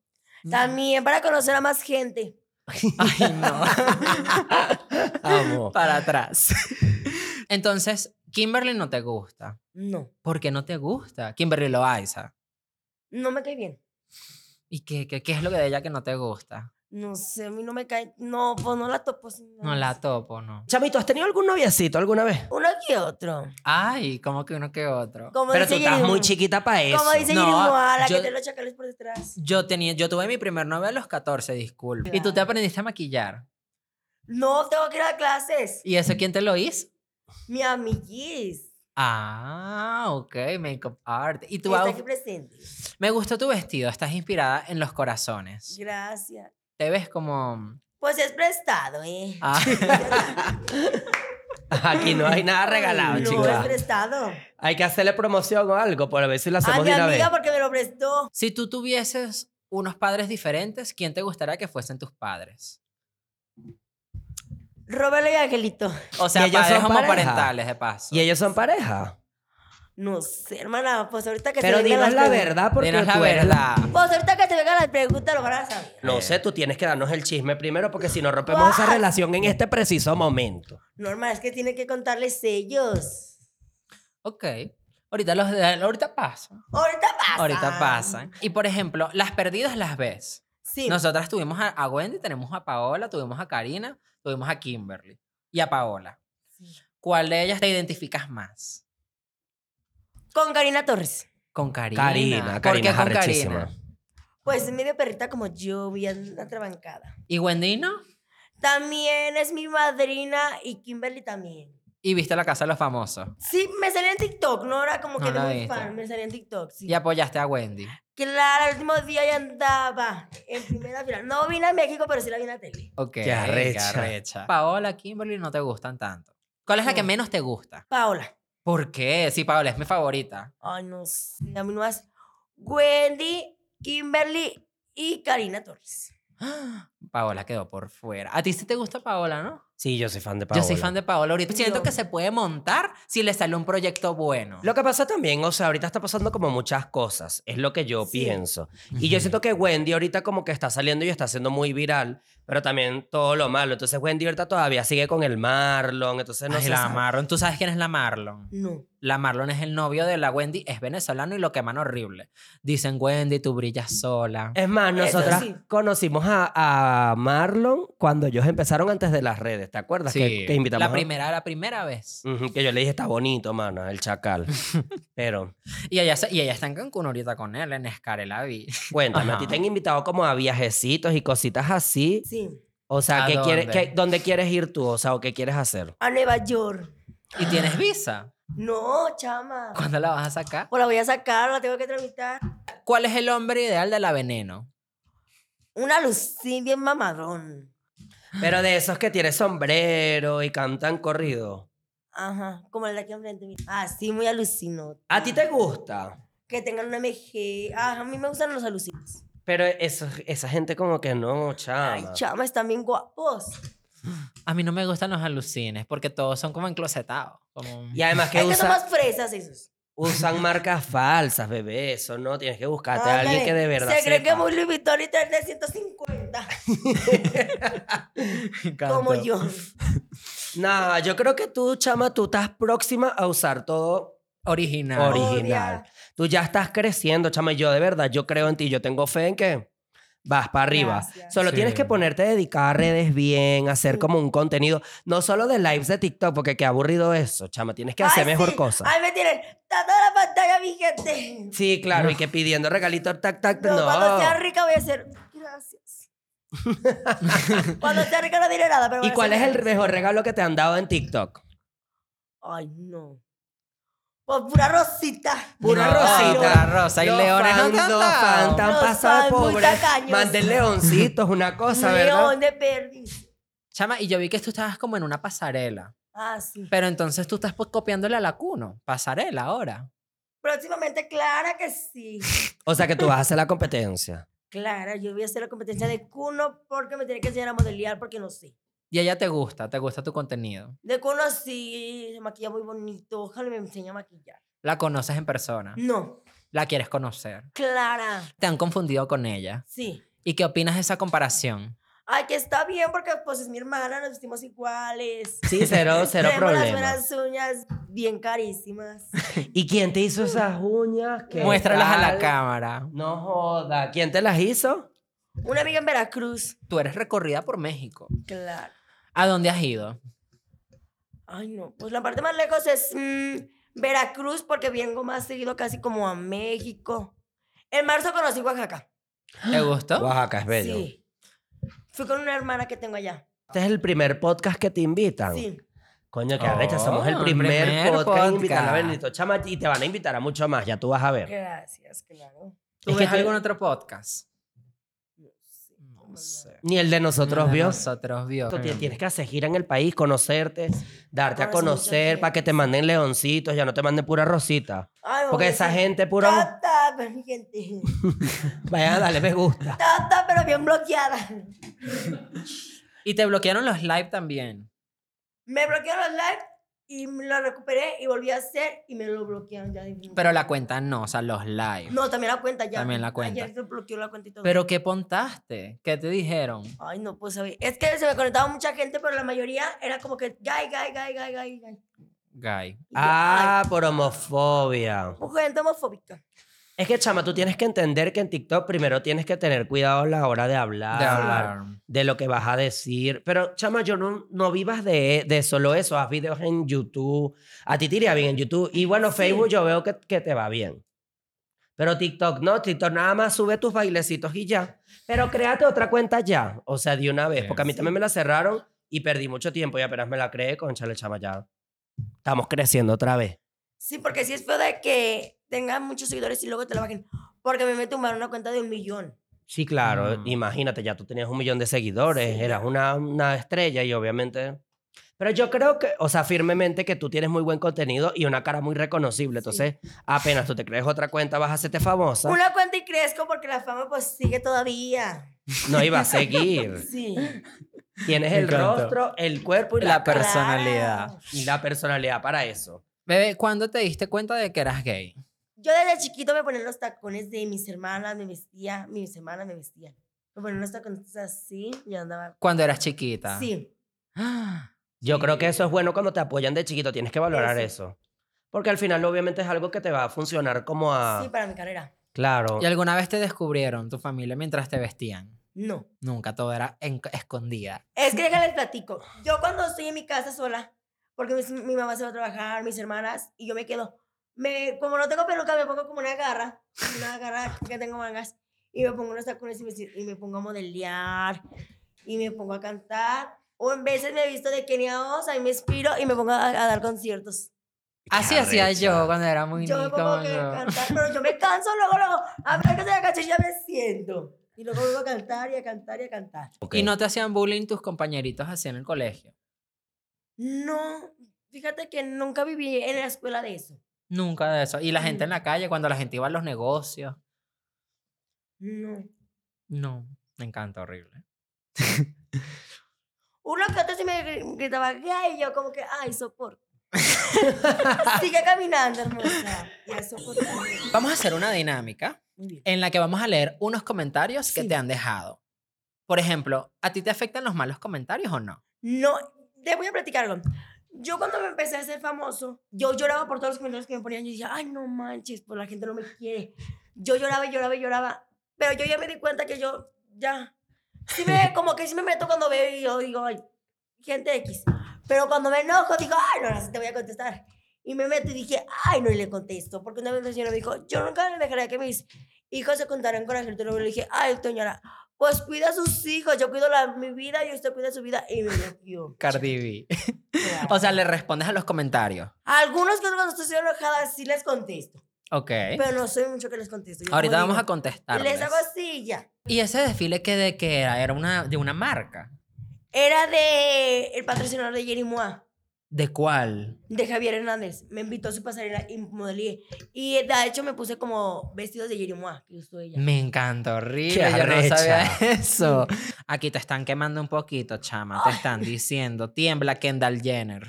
Speaker 5: También para conocer a más gente.
Speaker 4: Ay, no.
Speaker 3: Amo.
Speaker 4: Para atrás. Entonces, Kimberly no te gusta.
Speaker 5: No,
Speaker 4: ¿Por qué no te gusta? Kimberly Loaiza.
Speaker 5: no me cae bien.
Speaker 4: ¿Y qué, qué, qué es lo que de ella que no te gusta?
Speaker 5: No sé, a mí no me cae. No, pues no la topo. sí,
Speaker 4: No la topo, no.
Speaker 3: Chamito, ¿has tenido algún noviecito alguna vez?
Speaker 5: Uno que otro.
Speaker 4: Ay, como que uno que otro.
Speaker 5: Como
Speaker 3: Pero tú
Speaker 5: dice
Speaker 3: estás
Speaker 5: Jerry
Speaker 3: muy
Speaker 5: Moe.
Speaker 3: chiquita para eso.
Speaker 5: Como dice
Speaker 4: No,
Speaker 5: Jerimoa, la
Speaker 4: yo-
Speaker 5: que te los chacales por detrás.
Speaker 4: Yo, tenía, yo tuve mi primer novio a los 14, disculpa. Y tú te aprendiste a maquillar.
Speaker 5: No, tengo que ir a clases.
Speaker 4: ¿Y
Speaker 3: Mm.
Speaker 4: eso quién te lo hizo?
Speaker 5: Mi amiguis.
Speaker 4: Ah, ok, makeup art. Y tu
Speaker 5: está
Speaker 4: outfit-
Speaker 5: aquí presente.
Speaker 4: Me gustó tu vestido, estás inspirada en los corazones.
Speaker 5: Gracias.
Speaker 4: Te ves como...
Speaker 5: Pues es prestado, ¿eh?
Speaker 4: Ah,
Speaker 3: Aquí no hay nada regalado,
Speaker 5: no, es
Speaker 3: chicas.
Speaker 5: prestado.
Speaker 3: Hay que hacerle promoción o algo para ver si lo
Speaker 5: A
Speaker 3: hacemos
Speaker 5: mi
Speaker 3: de una vez.
Speaker 5: amiga porque me lo prestó.
Speaker 4: si tú tuvieses unos padres diferentes, ¿quién te gustaría que fuesen tus padres?
Speaker 5: Roberto y Angelito.
Speaker 4: O sea,
Speaker 3: ¿Y ellos
Speaker 4: padres
Speaker 3: son pareja?
Speaker 4: homoparentales, de paso.
Speaker 3: Y ellos son pareja.
Speaker 5: No sé, hermana, pues ahorita que
Speaker 3: Pero
Speaker 5: se vengan
Speaker 3: dinos
Speaker 5: las
Speaker 3: la
Speaker 5: preguntas-
Speaker 3: verdad, porque
Speaker 4: Dinos la
Speaker 3: tú eres
Speaker 4: verdad.
Speaker 5: Pues ahorita que te vengan las preguntas lo van a saber.
Speaker 3: No sé, tú tienes que darnos el chisme primero porque si no rompemos esa relación en este preciso momento.
Speaker 5: Normal, es que tienen que contarles ellos.
Speaker 4: Ok. Ahorita, los, ahorita pasan.
Speaker 5: Ahorita pasa.
Speaker 4: Ahorita pasan. Y por ejemplo, las perdidas las ves.
Speaker 5: Sí.
Speaker 4: Nosotras tuvimos a, a Wendy, tenemos a Paola, tuvimos a Karina, tuvimos a Kimberly y a Paola. ¿Cuál de ellas te identificas más?
Speaker 5: Con Karina Torres.
Speaker 4: Con Karina.
Speaker 3: Karina,
Speaker 4: ¿Por qué
Speaker 3: Karina es
Speaker 4: con
Speaker 3: arrechísima.
Speaker 4: Karina?
Speaker 5: Pues es medio perrita como yo, bien atrabancada.
Speaker 4: ¿Y Wendy no?
Speaker 5: También es mi madrina y Kimberly también.
Speaker 4: Y viste la casa de los famosos.
Speaker 5: Sí, me salía en TikTok, no era como
Speaker 4: No
Speaker 5: que
Speaker 4: la
Speaker 5: no muy
Speaker 4: viste.
Speaker 5: fan, me salía en TikTok, sí.
Speaker 4: Y apoyaste a Wendy.
Speaker 5: Claro, el último día ya andaba en primera fila. No vine a México, pero sí la vi en la tele.
Speaker 4: Ok.
Speaker 3: Qué arrecha.
Speaker 4: qué arrecha. Paola, Kimberly no te gustan tanto. ¿Cuál es la que menos te gusta?
Speaker 5: Paola.
Speaker 4: ¿Por qué? Sí, Paola es mi favorita.
Speaker 5: Ay, no sé, a mí no más. Wendy, Kimberly y Karina Torres.
Speaker 4: Paola quedó por fuera. A ti sí te gusta Paola, ¿no?
Speaker 3: Sí, yo soy fan de Paola.
Speaker 4: Yo soy fan de Paola ahorita. Siento
Speaker 5: Yo.
Speaker 4: que se puede montar si le sale un proyecto bueno.
Speaker 3: Lo que pasa también, o sea, ahorita está pasando como muchas cosas, es lo que yo
Speaker 5: Sí.
Speaker 3: pienso. Y yo siento que Wendy ahorita como que está saliendo y está siendo muy viral, pero también todo lo malo. Entonces Wendy ahorita todavía sigue con el Marlon, entonces Este no
Speaker 4: Ay,
Speaker 3: sé.
Speaker 4: la Marlon. ¿Tú sabes quién es la Marlon?
Speaker 5: No.
Speaker 4: La Marlon es el novio de la Wendy, es venezolano y lo queman horrible. Dicen, Wendy, tú brillas sola.
Speaker 3: Es más,
Speaker 5: Eso
Speaker 3: nosotras
Speaker 5: sí.
Speaker 3: conocimos a, a Marlon cuando ellos empezaron antes de las redes, ¿te acuerdas? Que, que invitamos.
Speaker 4: La
Speaker 3: a-
Speaker 4: primera, la primera vez.
Speaker 3: Ujú, que yo le dije, está bonito, mano, el chacal. pero
Speaker 4: Y ella, se- y ella está en Cancún ahorita con él, en Escarelavi.
Speaker 3: cuéntame, ¿a ti
Speaker 4: Ajá.
Speaker 3: te han invitado como a viajecitos y cositas así?
Speaker 5: Sí.
Speaker 3: O sea,
Speaker 4: ¿A
Speaker 3: ¿qué quieres,
Speaker 4: dónde?
Speaker 3: qué- ¿dónde quieres ir tú? O sea, ¿o ¿qué quieres hacer?
Speaker 5: A Nueva York.
Speaker 4: ¿Y
Speaker 3: Ah.
Speaker 4: tienes visa?
Speaker 5: No, chama.
Speaker 4: ¿Cuándo la vas a sacar?
Speaker 5: Pues la voy a sacar, la tengo que tramitar.
Speaker 4: ¿Cuál es el hombre ideal de la veneno?
Speaker 5: Una lucín bien mamadón.
Speaker 3: Pero de esos que tiene sombrero y cantan corrido.
Speaker 5: Ajá, como el de aquí enfrente. mira. Ah, sí, muy alucino.
Speaker 3: ¿A ti te gusta?
Speaker 5: Que tengan una MG. Ah, a mí me gustan los alucinos.
Speaker 3: Pero eso- esa gente como que Ah, no, chama.
Speaker 5: Ay, chama, están bien guapos.
Speaker 4: A mí no me gustan los alucines porque todos son como enclosetados. Como...
Speaker 3: y además que,
Speaker 5: Es que son
Speaker 3: usa-
Speaker 5: más fresas esos.
Speaker 3: usan marcas falsas, bebé. Eso no, tienes que buscarte a Ah, alguien
Speaker 5: Ándale.
Speaker 3: que de verdad
Speaker 5: Se cree
Speaker 3: sepa.
Speaker 5: que es muy Louis Vuitton y 350. como yo.
Speaker 3: No, yo creo que tú, chama, tú estás próxima a usar todo
Speaker 4: Original.
Speaker 5: Ori-
Speaker 3: original. Tú ya estás creciendo, chama. y Yo de verdad, yo creo en ti. Yo tengo fe en que vas para arriba.
Speaker 5: Gracias.
Speaker 3: Solo
Speaker 4: Sí.
Speaker 3: tienes que ponerte dedicada a redes bien, hacer
Speaker 5: Sí.
Speaker 3: como un contenido, no solo de lives de TikTok, porque qué aburrido eso, chama. Tienes que hacer
Speaker 5: Ay,
Speaker 3: mejor
Speaker 5: sí.
Speaker 3: cosas.
Speaker 5: Ay, me tienen. Está toda la pantalla vigente.
Speaker 3: Sí, claro, y que pidiendo regalitos, tac, tac,
Speaker 5: No,
Speaker 3: no.
Speaker 5: Cuando sea rica voy a hacer. Gracias. cuando sea rica no diré nada, pero. voy
Speaker 3: ¿Y
Speaker 5: a
Speaker 3: cuál es
Speaker 5: hacer
Speaker 3: el
Speaker 5: gracias.
Speaker 3: mejor regalo que te han dado en TikTok?
Speaker 5: Ay, no. Pues pura rosita.
Speaker 3: Pura
Speaker 4: No,
Speaker 3: rosita.
Speaker 4: pura rosa. Y
Speaker 3: Los
Speaker 4: leones no
Speaker 3: fans-
Speaker 4: te han
Speaker 3: los
Speaker 4: dado.
Speaker 3: fans te han
Speaker 5: Los
Speaker 3: pasado
Speaker 5: fans muy
Speaker 3: pobre.
Speaker 5: tacaños.
Speaker 3: Manden leoncitos, una cosa,
Speaker 5: Un
Speaker 3: ¿verdad?
Speaker 5: león de perdiz.
Speaker 4: Chama, y yo vi que tú estabas como en una pasarela.
Speaker 5: Ah, sí.
Speaker 4: Pero entonces tú estás pues, copiándole a la cuno. Pasarela ahora.
Speaker 5: Próximamente, Clara que sí.
Speaker 3: O sea que tú vas a hacer la competencia.
Speaker 5: Clara, yo voy a hacer la competencia de Cuno porque me tiene que enseñar a modelear porque no sé.
Speaker 4: Y ella te gusta, te gusta tu contenido.
Speaker 5: De Cuno sí, se maquilla muy bonito. Ojalá me enseñe a maquillar.
Speaker 4: La conoces en persona.
Speaker 3: Mm.
Speaker 5: No,
Speaker 4: La quieres conocer.
Speaker 5: Clara,
Speaker 4: Te han confundido con ella.
Speaker 5: sí.
Speaker 4: ¿Y qué opinas de esa comparación?
Speaker 5: Ay, que está bien porque pues es mi hermana, nos vestimos iguales.
Speaker 3: Sí, cero, cero
Speaker 5: Tenemos las
Speaker 3: problema.
Speaker 5: buenas uñas bien carísimas.
Speaker 3: ¿Y quién te hizo esas uñas? ¿Qué
Speaker 4: Muéstralas a la
Speaker 3: tal?
Speaker 4: cámara.
Speaker 3: No joda. ¿Quién te las hizo?
Speaker 5: Una amiga en Veracruz.
Speaker 4: Tú eres recorrida por México.
Speaker 5: Claro.
Speaker 4: ¿A dónde has ido?
Speaker 5: Ay, no. Pues la parte más lejos es mm, Veracruz porque vengo más seguido casi como a México. En marzo conocí Oaxaca.
Speaker 4: ¿Te gustó?
Speaker 3: Oaxaca es bello.
Speaker 5: Sí. Fui con una hermana que tengo allá.
Speaker 3: Este es el primer podcast que te invitan.
Speaker 5: Sí.
Speaker 3: Coño, que
Speaker 4: Oh,
Speaker 3: arrecha. Somos el
Speaker 4: el
Speaker 3: primer,
Speaker 4: primer
Speaker 3: podcast, que invitan a
Speaker 4: podcast.
Speaker 3: Benito Chama y te van a invitar a mucho más. Ya tú vas a ver.
Speaker 5: Gracias, claro.
Speaker 4: ¿Tú
Speaker 3: Es que
Speaker 4: ves
Speaker 3: tú-
Speaker 4: algún otro podcast?
Speaker 5: No sé.
Speaker 3: Ni el de nosotros vio.
Speaker 4: Nosotros vio.
Speaker 3: Tú ti- tienes que hacer gira en el país, conocerte, darte a
Speaker 5: Conocer mucha
Speaker 3: conocer para que te manden leoncitos, ya no te manden pura rosita.
Speaker 5: Ay,
Speaker 3: Porque
Speaker 5: mamá,
Speaker 3: esa
Speaker 5: sí.
Speaker 3: gente pura.
Speaker 5: Tata, pero mi gente.
Speaker 3: Vaya, dale me gusta.
Speaker 5: Tata, pero bien bloqueada.
Speaker 4: Y te bloquearon los live también.
Speaker 5: Me bloquearon los live y me lo recuperé y volví a hacer y me lo bloquearon ya. de nuevo.
Speaker 4: Pero la cuenta no, o sea, los live.
Speaker 5: No, también la cuenta ya.
Speaker 4: También la cuenta.
Speaker 5: Ayer se bloqueó la cuenta y todo.
Speaker 4: ¿Pero qué pontaste? ¿Qué te dijeron?
Speaker 5: Ay, no pues, puedo saber. Es que se me conectaba mucha gente, pero la mayoría era como que gay, gay, gay, gay, gay, gay.
Speaker 4: Guy.
Speaker 3: Ah, por homofobia.
Speaker 5: Gente homofóbica.
Speaker 3: Es que, chama, tú tienes que entender que en TikTok primero tienes que tener cuidado a la hora de hablar.
Speaker 4: De hablar.
Speaker 3: de lo que vas a decir. Pero, chama, yo no, no vivas de, de solo eso. Haz videos en YouTube. A ti te iría bien en YouTube. Y bueno, Facebook yo veo que, que te va bien. Pero TikTok no, TikTok nada más sube tus bailecitos y ya. Pero créate otra cuenta ya. O sea, de una vez.
Speaker 4: Sí,
Speaker 3: porque a mí también me la cerraron y perdí mucho tiempo y apenas me la creé con Chale Chama ya. Estamos creciendo otra vez.
Speaker 5: Sí, porque sí es feo de que tengan muchos seguidores y luego te la bajen. Porque a mí me tumbaron una cuenta de un millón.
Speaker 3: Sí, claro.
Speaker 4: Mm.
Speaker 3: Imagínate, ya tú tenías un millón de seguidores,
Speaker 5: Sí.
Speaker 3: eras una, una estrella y obviamente... Pero yo creo que, o sea, firmemente que tú tienes muy buen contenido y una cara muy reconocible. Entonces, apenas tú te crees otra cuenta, vas a hacerte famosa.
Speaker 5: Una cuenta y crezco porque la fama pues sigue todavía.
Speaker 3: No iba a seguir.
Speaker 5: Sí.
Speaker 3: tienes
Speaker 4: Me
Speaker 3: el
Speaker 4: encantó.
Speaker 3: rostro, el cuerpo y la,
Speaker 4: La
Speaker 3: cara.
Speaker 4: personalidad.
Speaker 3: Y la personalidad para eso.
Speaker 4: Bebé, ¿cuándo te diste cuenta de que eras gay?
Speaker 5: Yo desde chiquito me ponía los tacones de mis hermanas, me vestía, mis hermanas me vestían. Me ponían los tacones así y andaba.
Speaker 4: Cuando eras chiquita.
Speaker 5: Sí.
Speaker 4: Ah,
Speaker 3: Yo
Speaker 4: Sí.
Speaker 3: creo que eso es bueno cuando te apoyan de chiquito. Tienes que valorar eso. Porque al final, obviamente, es algo que te va a funcionar como a...
Speaker 5: Sí, para mi carrera.
Speaker 3: Claro.
Speaker 4: ¿Y alguna vez te descubrieron tu familia mientras te vestían?
Speaker 5: No.
Speaker 4: Nunca, todo era en- escondida.
Speaker 5: Es que déjales platico. Yo cuando estoy en mi casa sola, porque mis- mi, mamá se va a trabajar, mis hermanas, y yo me quedo. Me, como no tengo peluca, me pongo como una garra, una garra que tengo mangas, y me pongo unos tacones y me, si- y me pongo a modelear, y me pongo a cantar. O en veces me he visto de Kenia Oz, ahí me inspiro y me pongo a, a dar conciertos.
Speaker 4: Así hacía
Speaker 3: arrecha.
Speaker 4: yo cuando era muy
Speaker 5: Yo me
Speaker 4: niña,
Speaker 5: pongo
Speaker 4: como
Speaker 5: que
Speaker 4: yo.
Speaker 5: cantar, pero yo me canso luego, luego, a ver que se la canción ya me siento. Y luego vuelvo a cantar y a cantar y a cantar.
Speaker 3: Ok.
Speaker 4: Y no te hacían bullying tus compañeritos así en el colegio.
Speaker 5: No, fíjate que nunca viví en la escuela de eso.
Speaker 4: Nunca de eso. Y la gente en la calle, cuando la gente iba a los negocios.
Speaker 5: No.
Speaker 4: No, me encanta, horrible.
Speaker 5: Uno que otro sí me gri- gritaba gay y yo como que, ay, soporto. Sigue caminando, hermosa. Ya soporto.
Speaker 4: Vamos a hacer una dinámica
Speaker 5: Muy bien.
Speaker 4: en la que vamos a leer unos comentarios que
Speaker 5: Sí.
Speaker 4: te han dejado. Por ejemplo, ¿a ti te afectan los malos comentarios o no?
Speaker 5: No, te voy a platicar algo. Yo cuando me empecé a ser famoso, yo lloraba por todos los comentarios que me ponían. Yo dije, ay, no manches, pues la gente no me quiere. Yo lloraba y lloraba y lloraba. Pero yo ya me di cuenta que yo, ya. Sí me, como que sí me meto cuando veo y yo digo, ay, gente X. Pero cuando me enojo, digo, ay, no, ahora sí te voy a contestar. Y me meto y dije, ay, no, y le contesto. Porque una vez la señora me dijo, yo nunca le dejaría que mis hijos se contaran con la gente. Luego le dije, ay, señora, pues cuida a sus hijos. Yo cuido la, mi vida y usted cuida su vida. Y me bloqueó.
Speaker 4: Cardi B. o sea, le respondes a los comentarios.
Speaker 5: Algunos que cuando estoy enojada sí les contesto.
Speaker 4: Ok.
Speaker 5: Pero no soy mucho que les contesto. Yo
Speaker 4: ¿Eh? Ahorita
Speaker 5: como
Speaker 4: vamos a
Speaker 5: digo,
Speaker 4: contestar.
Speaker 5: Les hago así y ya.
Speaker 4: Y ese desfile que de que era, era una, de una marca.
Speaker 5: Era de el patrocinador de Jerry Moa,
Speaker 4: ¿De cuál?
Speaker 5: de Javier Hernández. Me invitó a su pasarela y modelé. Y de hecho me puse como vestidos de Jerry Moa, que usó ella.
Speaker 4: Me encanta, horrible.
Speaker 3: Qué
Speaker 4: Yo no sabía
Speaker 3: arrecha.
Speaker 4: eso. Aquí te están quemando un poquito, chama. Te están diciendo, tiembla Kendall Jenner.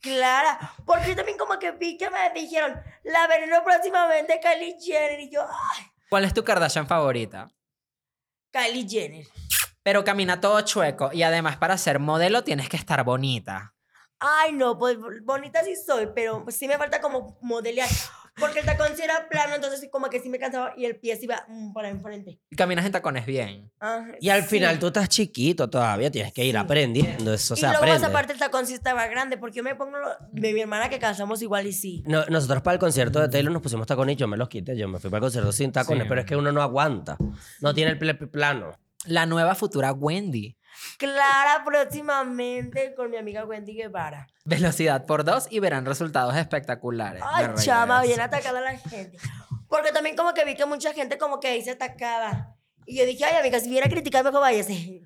Speaker 5: Clara, porque yo también como que vi que me dijeron, la veneno próximamente Kylie Jenner. Y yo, ah,
Speaker 4: ¿Cuál es tu Kardashian favorita?
Speaker 5: Kylie Jenner.
Speaker 4: Pero camina todo chueco y además para ser modelo tienes que estar bonita.
Speaker 5: Ay, no, pues bonita sí soy, pero sí me falta como modelear. Porque el tacón sí era plano, entonces sí como que sí me cansaba y el pie sí iba mm, para enfrente.
Speaker 4: Y caminas en tacones bien.
Speaker 5: Ah,
Speaker 3: Y al
Speaker 5: sí.
Speaker 3: final tú estás chiquito todavía, tienes que ir aprendiendo. Eso
Speaker 5: Y
Speaker 3: se
Speaker 5: luego más
Speaker 3: aprende.
Speaker 5: aparte el tacón sí estaba grande, porque yo me pongo lo- de mi hermana que calzamos igual y sí.
Speaker 3: No, nosotros para el concierto de Taylor nos pusimos tacones y yo me los quité. Yo me fui para el concierto sin tacones,
Speaker 4: Sí.
Speaker 3: pero es que uno no aguanta. No tiene el pl- plano.
Speaker 4: La nueva futura Wendy.
Speaker 5: Clara próximamente con mi amiga Wendy Guevara.
Speaker 4: Velocidad por dos y verán resultados espectaculares. Me
Speaker 5: Ay,
Speaker 4: reí de
Speaker 5: chama,
Speaker 4: eso.
Speaker 5: bien atacada la gente. Porque también como que vi que mucha gente como que dice atacada. Y yo dije, ay, amiga, si viera a criticar, mejor váyase.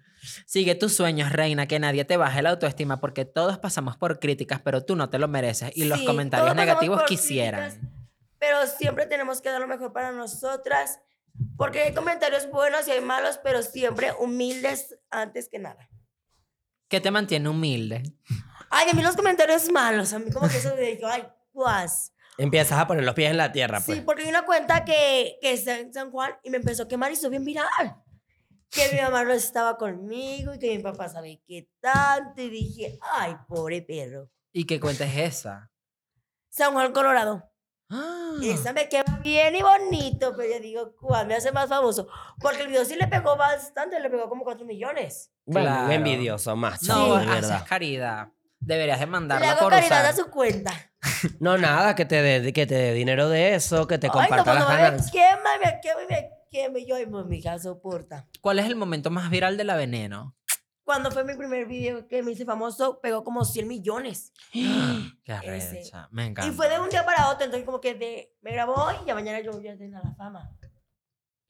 Speaker 4: Sigue tus sueños, reina, que nadie te baje la autoestima porque todos pasamos por críticas, pero tú no te lo mereces y los
Speaker 5: Sí,
Speaker 4: comentarios
Speaker 5: todos pasamos
Speaker 4: negativos
Speaker 5: por
Speaker 4: quisieran.
Speaker 5: críticas, pero siempre tenemos que dar lo mejor para nosotras. Porque hay comentarios buenos y hay malos, pero siempre humildes antes que nada.
Speaker 4: ¿Qué te mantiene humilde?
Speaker 5: Ay, a mí los comentarios malos, a mí como que eso de yo, ay, guas.
Speaker 3: Empiezas a poner los pies en la
Speaker 4: Ah,
Speaker 3: tierra, pues.
Speaker 5: Sí, porque hay una cuenta que, que está en San Juan y me empezó a quemar y subí en viral. Que mi mamá no estaba conmigo y que mi papá sabe qué tanto. Y dije, ay, pobre perro.
Speaker 4: ¿Y qué cuenta es esa?
Speaker 5: San Juan, Colorado.
Speaker 4: Ah.
Speaker 3: Mm.
Speaker 5: Esa me queda bien y bonito, pero yo digo, ¿cuál me hace más famoso? Porque el video sí le pegó bastante, le pegó como 4 millones.
Speaker 3: Bueno,
Speaker 4: Claro.
Speaker 3: envidioso, macho.
Speaker 4: No,
Speaker 5: ah,
Speaker 3: de
Speaker 4: haces
Speaker 3: verdad.
Speaker 4: caridad. Deberías de
Speaker 5: le
Speaker 4: mandarla
Speaker 5: hago
Speaker 4: por
Speaker 5: caridad
Speaker 4: usar.
Speaker 5: a su cuenta.
Speaker 3: No, nada, que te dé que te dé dinero de eso, que te
Speaker 5: Ay,
Speaker 3: comparta
Speaker 5: no,
Speaker 3: las
Speaker 5: cuando me
Speaker 3: ganancias.
Speaker 5: quema, me quema, me quema. Y yo, ay, pues, mi casa soporta.
Speaker 4: ¿Cuál es el momento más viral de la veneno?
Speaker 5: Cuando fue mi primer video que me hice famoso, pegó como 100 millones.
Speaker 4: Qué arrecha. Me encanta.
Speaker 5: Y fue de un día para otro, entonces como que de- me grabó y ya mañana yo ya tenía la fama.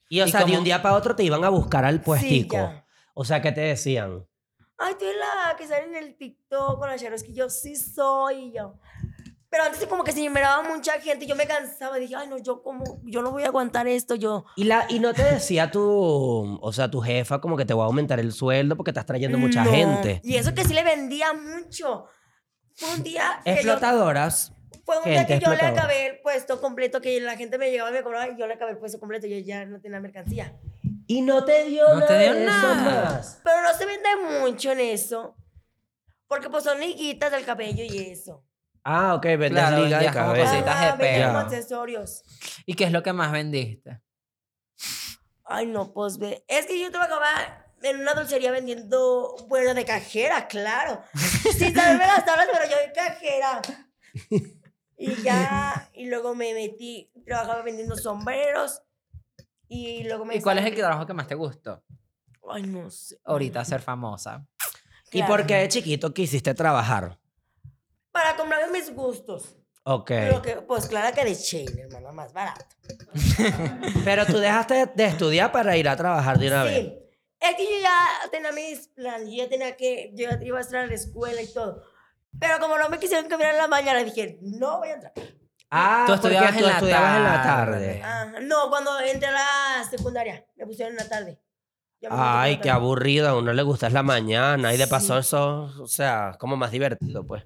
Speaker 3: Y o
Speaker 4: ¿Y
Speaker 3: sea, de
Speaker 4: cómo-
Speaker 3: un día para otro te iban a buscar al puestico.
Speaker 5: Sí, ya.
Speaker 3: o sea, ¿qué te decían?
Speaker 5: Ay, tú eres la que sale en el TikTok con las charos que yo sí soy. y yo. Pero antes como que se me miraba mucha gente, yo me cansaba, dije, ay, no, yo como, yo no voy a aguantar esto, yo.
Speaker 3: Y, la, y no te decía tu, o sea, tu jefa como que te voy a aumentar el sueldo porque estás trayendo mucha
Speaker 5: No.
Speaker 3: gente.
Speaker 5: Y eso que sí le vendía mucho. Fue un día que yo,
Speaker 3: Explotadoras.
Speaker 5: fue un día
Speaker 3: gente
Speaker 5: que yo le
Speaker 3: explotadora.
Speaker 5: acabé el puesto completo, que la gente me llegaba y me cobraba y yo le acabé el puesto completo, yo ya no tenía mercancía.
Speaker 3: Y no te dio
Speaker 4: No
Speaker 3: nada.
Speaker 4: te dio
Speaker 3: de eso
Speaker 4: nada.
Speaker 3: más.
Speaker 5: Pero no se vende mucho en eso. Porque pues son liguitas del cabello y eso.
Speaker 3: Ah, ok, vendes
Speaker 4: Claro,
Speaker 3: liga de
Speaker 4: vendías como
Speaker 3: cabeza.
Speaker 4: cositas. de
Speaker 5: Ah, venden como
Speaker 3: pelo.
Speaker 5: accesorios.
Speaker 4: ¿Y qué es lo que más vendiste?
Speaker 5: Ay, no, pues ve. Es que yo trabajaba en una dulcería vendiendo, bueno, de cajera, claro. Sin saberme las tablas, pero yo de cajera. Y ya, y luego me metí, trabajaba vendiendo sombreros. Y luego me.
Speaker 4: ¿Y cuál es el trabajo que más te gustó?
Speaker 5: Ay, no sé.
Speaker 4: Ahorita ser famosa.
Speaker 3: ¿Y
Speaker 5: Claro.
Speaker 3: por qué de chiquito quisiste trabajar?
Speaker 5: Para comprarme mis gustos.
Speaker 3: Ok.
Speaker 5: Pero que, pues claro que de Shane, hermano, más barato.
Speaker 3: Pero tú dejaste de estudiar para ir a trabajar de una vez.
Speaker 5: Sí. Es que yo ya tenía mis planes, yo ya tenía que, yo ya iba a estar en la escuela y todo. Pero como no me quisieron cambiar en la mañana, dije, no voy a entrar.
Speaker 3: Ah,
Speaker 4: Tú
Speaker 3: porque
Speaker 4: estudiabas
Speaker 3: tú
Speaker 4: en la
Speaker 3: estudiabas en la
Speaker 4: tarde.
Speaker 3: tarde.
Speaker 5: Ah, no, cuando entré a la secundaria, me pusieron en la tarde. Ya me metí
Speaker 3: Ay,
Speaker 5: en la
Speaker 3: qué
Speaker 5: tarde.
Speaker 3: aburrido. A uno le gusta es la mañana. Y de paso
Speaker 5: Sí.
Speaker 3: eso, o sea, como más divertido, pues.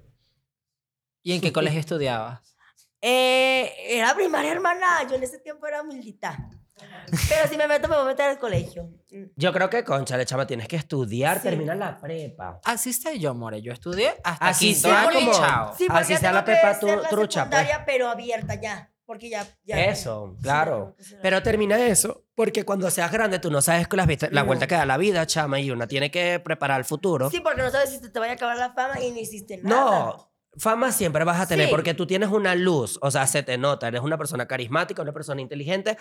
Speaker 4: ¿Y en qué colegio estudiabas?
Speaker 5: Eh, era primaria, hermana. Yo en ese tiempo era humildita. Pero si me meto, me voy a meter al colegio. Mm.
Speaker 3: Yo creo que, concha, chama, tienes que estudiar,
Speaker 5: Sí.
Speaker 3: terminar la prepa.
Speaker 4: Así sé yo, More. Yo estudié hasta
Speaker 3: Así
Speaker 4: quinto
Speaker 3: sea
Speaker 4: año y
Speaker 3: como-
Speaker 4: chao.
Speaker 3: Así
Speaker 5: Sí, porque ya
Speaker 3: Ah, sea la
Speaker 5: tengo que
Speaker 3: pepa
Speaker 5: hacer
Speaker 3: tu-
Speaker 5: la
Speaker 3: trucha, pues.
Speaker 5: secundaria, pero abierta ya. Porque ya. ya
Speaker 3: Eso,
Speaker 5: Sí,
Speaker 3: claro.
Speaker 5: tengo que hacer-
Speaker 3: Pero termina eso, porque cuando seas grande tú no sabes las vistas- la
Speaker 5: No.
Speaker 3: vuelta que da la vida, chama, y una tiene que preparar el futuro.
Speaker 5: Sí, porque no sabes si te, te vaya a acabar la fama y no hiciste nada.
Speaker 3: No, fama siempre vas a tener,
Speaker 5: Sí.
Speaker 3: porque tú tienes una luz, o sea, se te nota, eres una persona carismática, una persona inteligente,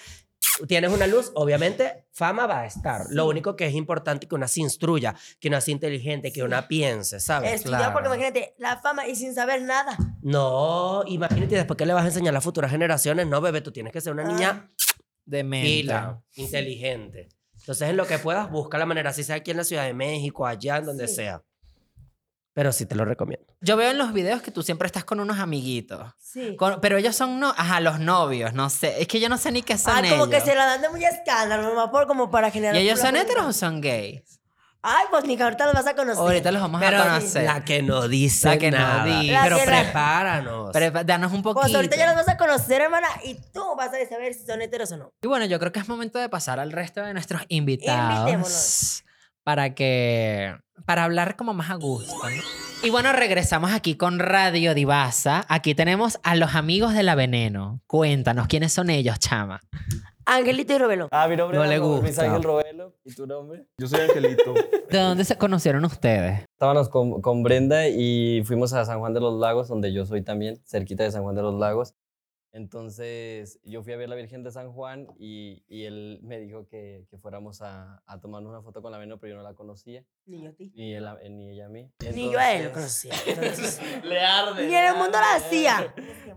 Speaker 3: tienes una luz, obviamente fama va a estar. Lo único que es importante que una se instruya, que una sea inteligente, que una piense, ¿sabes?
Speaker 5: Estudiar, porque imagínate, la fama y sin saber nada.
Speaker 3: No, imagínate después que le vas a enseñar a las futuras generaciones, no, bebé, tú tienes que ser
Speaker 5: Ah.
Speaker 3: una niña
Speaker 4: De
Speaker 3: pila, inteligente. Entonces, en lo que puedas, busca la manera, si sea aquí en la Ciudad de México, allá, en donde
Speaker 5: Sí.
Speaker 3: sea. Pero sí te lo recomiendo.
Speaker 4: Yo veo en los videos que tú siempre estás con unos amiguitos.
Speaker 5: Sí.
Speaker 4: Con- pero ellos son no, ajá, los novios, no sé. Es que yo no sé ni qué son
Speaker 5: Ay, Ah, como
Speaker 4: ellos.
Speaker 5: que se la dan de muy escándalo, mamá, por como para generar.
Speaker 4: ¿Y ellos son
Speaker 5: pura-
Speaker 4: heteros o son gays?
Speaker 5: Ay, pues ni que ahorita los vas a conocer.
Speaker 4: Ahorita los vamos
Speaker 3: Pero
Speaker 4: a conocer.
Speaker 3: la que no dice
Speaker 4: La que no
Speaker 3: nada.
Speaker 4: dice.
Speaker 5: La
Speaker 3: Pero
Speaker 5: que la-
Speaker 3: prepáranos.
Speaker 4: Pero danos un poquito.
Speaker 5: Pues ahorita ya los vas a conocer, hermana, y tú vas a saber si son heteros o no.
Speaker 4: Y bueno, yo creo que es momento de pasar al resto de nuestros invitados.
Speaker 5: Invitémoslos.
Speaker 4: Para que. Para hablar como más a gusto. ¿no? Y bueno, regresamos aquí con Radio Divasa. Aquí tenemos a los amigos de la Veneno. Cuéntanos quiénes son ellos, chama.
Speaker 5: Angelito y Robelo.
Speaker 1: Ah, mi nombre
Speaker 3: No
Speaker 1: era
Speaker 3: le
Speaker 1: Luis
Speaker 3: gusta.
Speaker 1: Ángel Robelo. ¿Y tu nombre?
Speaker 6: Yo soy Angelito.
Speaker 4: ¿De dónde se conocieron ustedes?
Speaker 7: Estábamos con, con Brenda y fuimos a San Juan de los Lagos, donde yo soy también, cerquita de San Juan de los Lagos. Entonces yo fui a ver la Virgen de San Juan y, y él me dijo que, que fuéramos a, a tomarnos una foto con la Veneno, pero yo no la conocía,
Speaker 5: Ni yo a ti.
Speaker 7: ni, él a- eh, ni ella a mí.
Speaker 5: Ni yo a él.
Speaker 7: Entonces-
Speaker 5: Le arde. Ni en el mundo la hacía.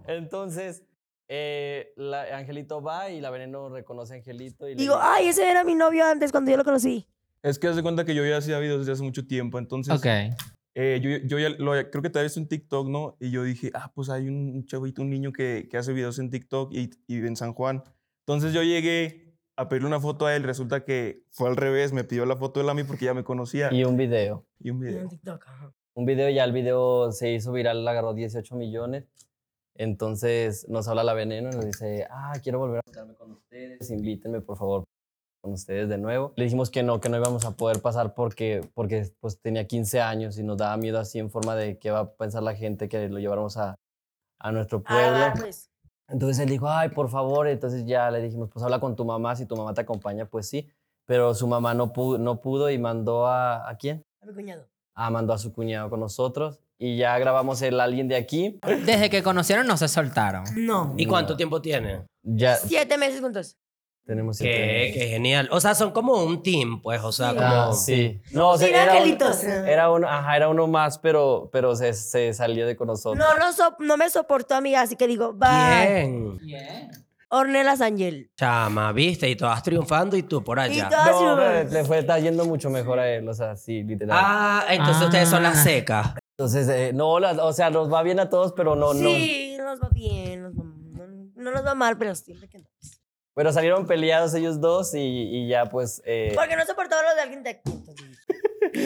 Speaker 7: Entonces eh, la- Angelito va y la Veneno reconoce a Angelito y le
Speaker 5: Digo,
Speaker 7: dice-
Speaker 5: ay, ese era mi novio antes cuando yo lo conocí.
Speaker 6: Es que hace cuenta que yo ya hacía videos desde hace mucho tiempo, entonces
Speaker 4: Ok.
Speaker 6: eh, yo, yo ya lo, creo que te había visto en TikTok, ¿no? Y yo dije, ah, pues hay un chavito, un niño que, que hace videos en TikTok y, y vive en San Juan. Entonces yo llegué a pedirle una foto a él, resulta que fue al revés, me pidió la foto él a mí porque ya me conocía
Speaker 7: y un video.
Speaker 6: y un video.
Speaker 5: TikTok. ajá.
Speaker 7: un video, ya el video se hizo viral, agarró 18 millones. Entonces nos habla la veneno y nos dice, ah, quiero volver a juntarme con ustedes, invítenme por favor con ustedes de nuevo. Le dijimos que no, que no íbamos a poder pasar porque, porque pues tenía 15 años y nos daba miedo así en forma de qué va a pensar la gente que lo lleváramos a, a nuestro
Speaker 5: Ah,
Speaker 7: pueblo.
Speaker 5: va, pues.
Speaker 7: Entonces él dijo, ay, por favor. Entonces ya le dijimos, pues habla con tu mamá, si tu mamá te acompaña, pues sí. Pero su mamá no pudo, no pudo y mandó a, ¿a quién?
Speaker 5: A mi cuñado.
Speaker 7: Ah, mandó a su cuñado con nosotros y ya grabamos el Alguien de aquí.
Speaker 4: Desde que conocieron no se soltaron.
Speaker 5: No.
Speaker 3: ¿Y cuánto
Speaker 7: No.
Speaker 3: tiempo tiene?
Speaker 7: Ya
Speaker 5: Siete meses juntos.
Speaker 7: tenemos siete
Speaker 3: Qué,
Speaker 7: años.
Speaker 3: qué genial. O sea, son como un team, pues. O sea,
Speaker 5: Sí.
Speaker 7: Ah,
Speaker 3: como.
Speaker 7: sí. No, o sea,
Speaker 5: Mira,
Speaker 7: era, un-
Speaker 5: Angelitos.
Speaker 7: era uno, ajá, era uno más, pero, pero se, se salió de con nosotros.
Speaker 5: No, no, so- no me soportó, amiga, así que digo, bye.
Speaker 3: Bien.
Speaker 5: Ornella Sangel.
Speaker 3: Chama, viste, y todas triunfando y tú por
Speaker 5: Y
Speaker 3: allá.
Speaker 5: todas
Speaker 7: No,
Speaker 5: sus-
Speaker 7: pero le fue está yendo mucho mejor a él, o sea, sí, literal.
Speaker 3: Ah, entonces
Speaker 4: Ah.
Speaker 3: ustedes son las secas.
Speaker 7: Entonces, eh, no, la- o sea, nos va bien a todos, pero no, no.
Speaker 5: sí, nos va bien, nos va- no, no nos va mal, pero siempre que no.
Speaker 7: Pero salieron peleados ellos dos y, y ya pues... eh,
Speaker 5: Porque no soportaba lo de alguien de aquí. entonces.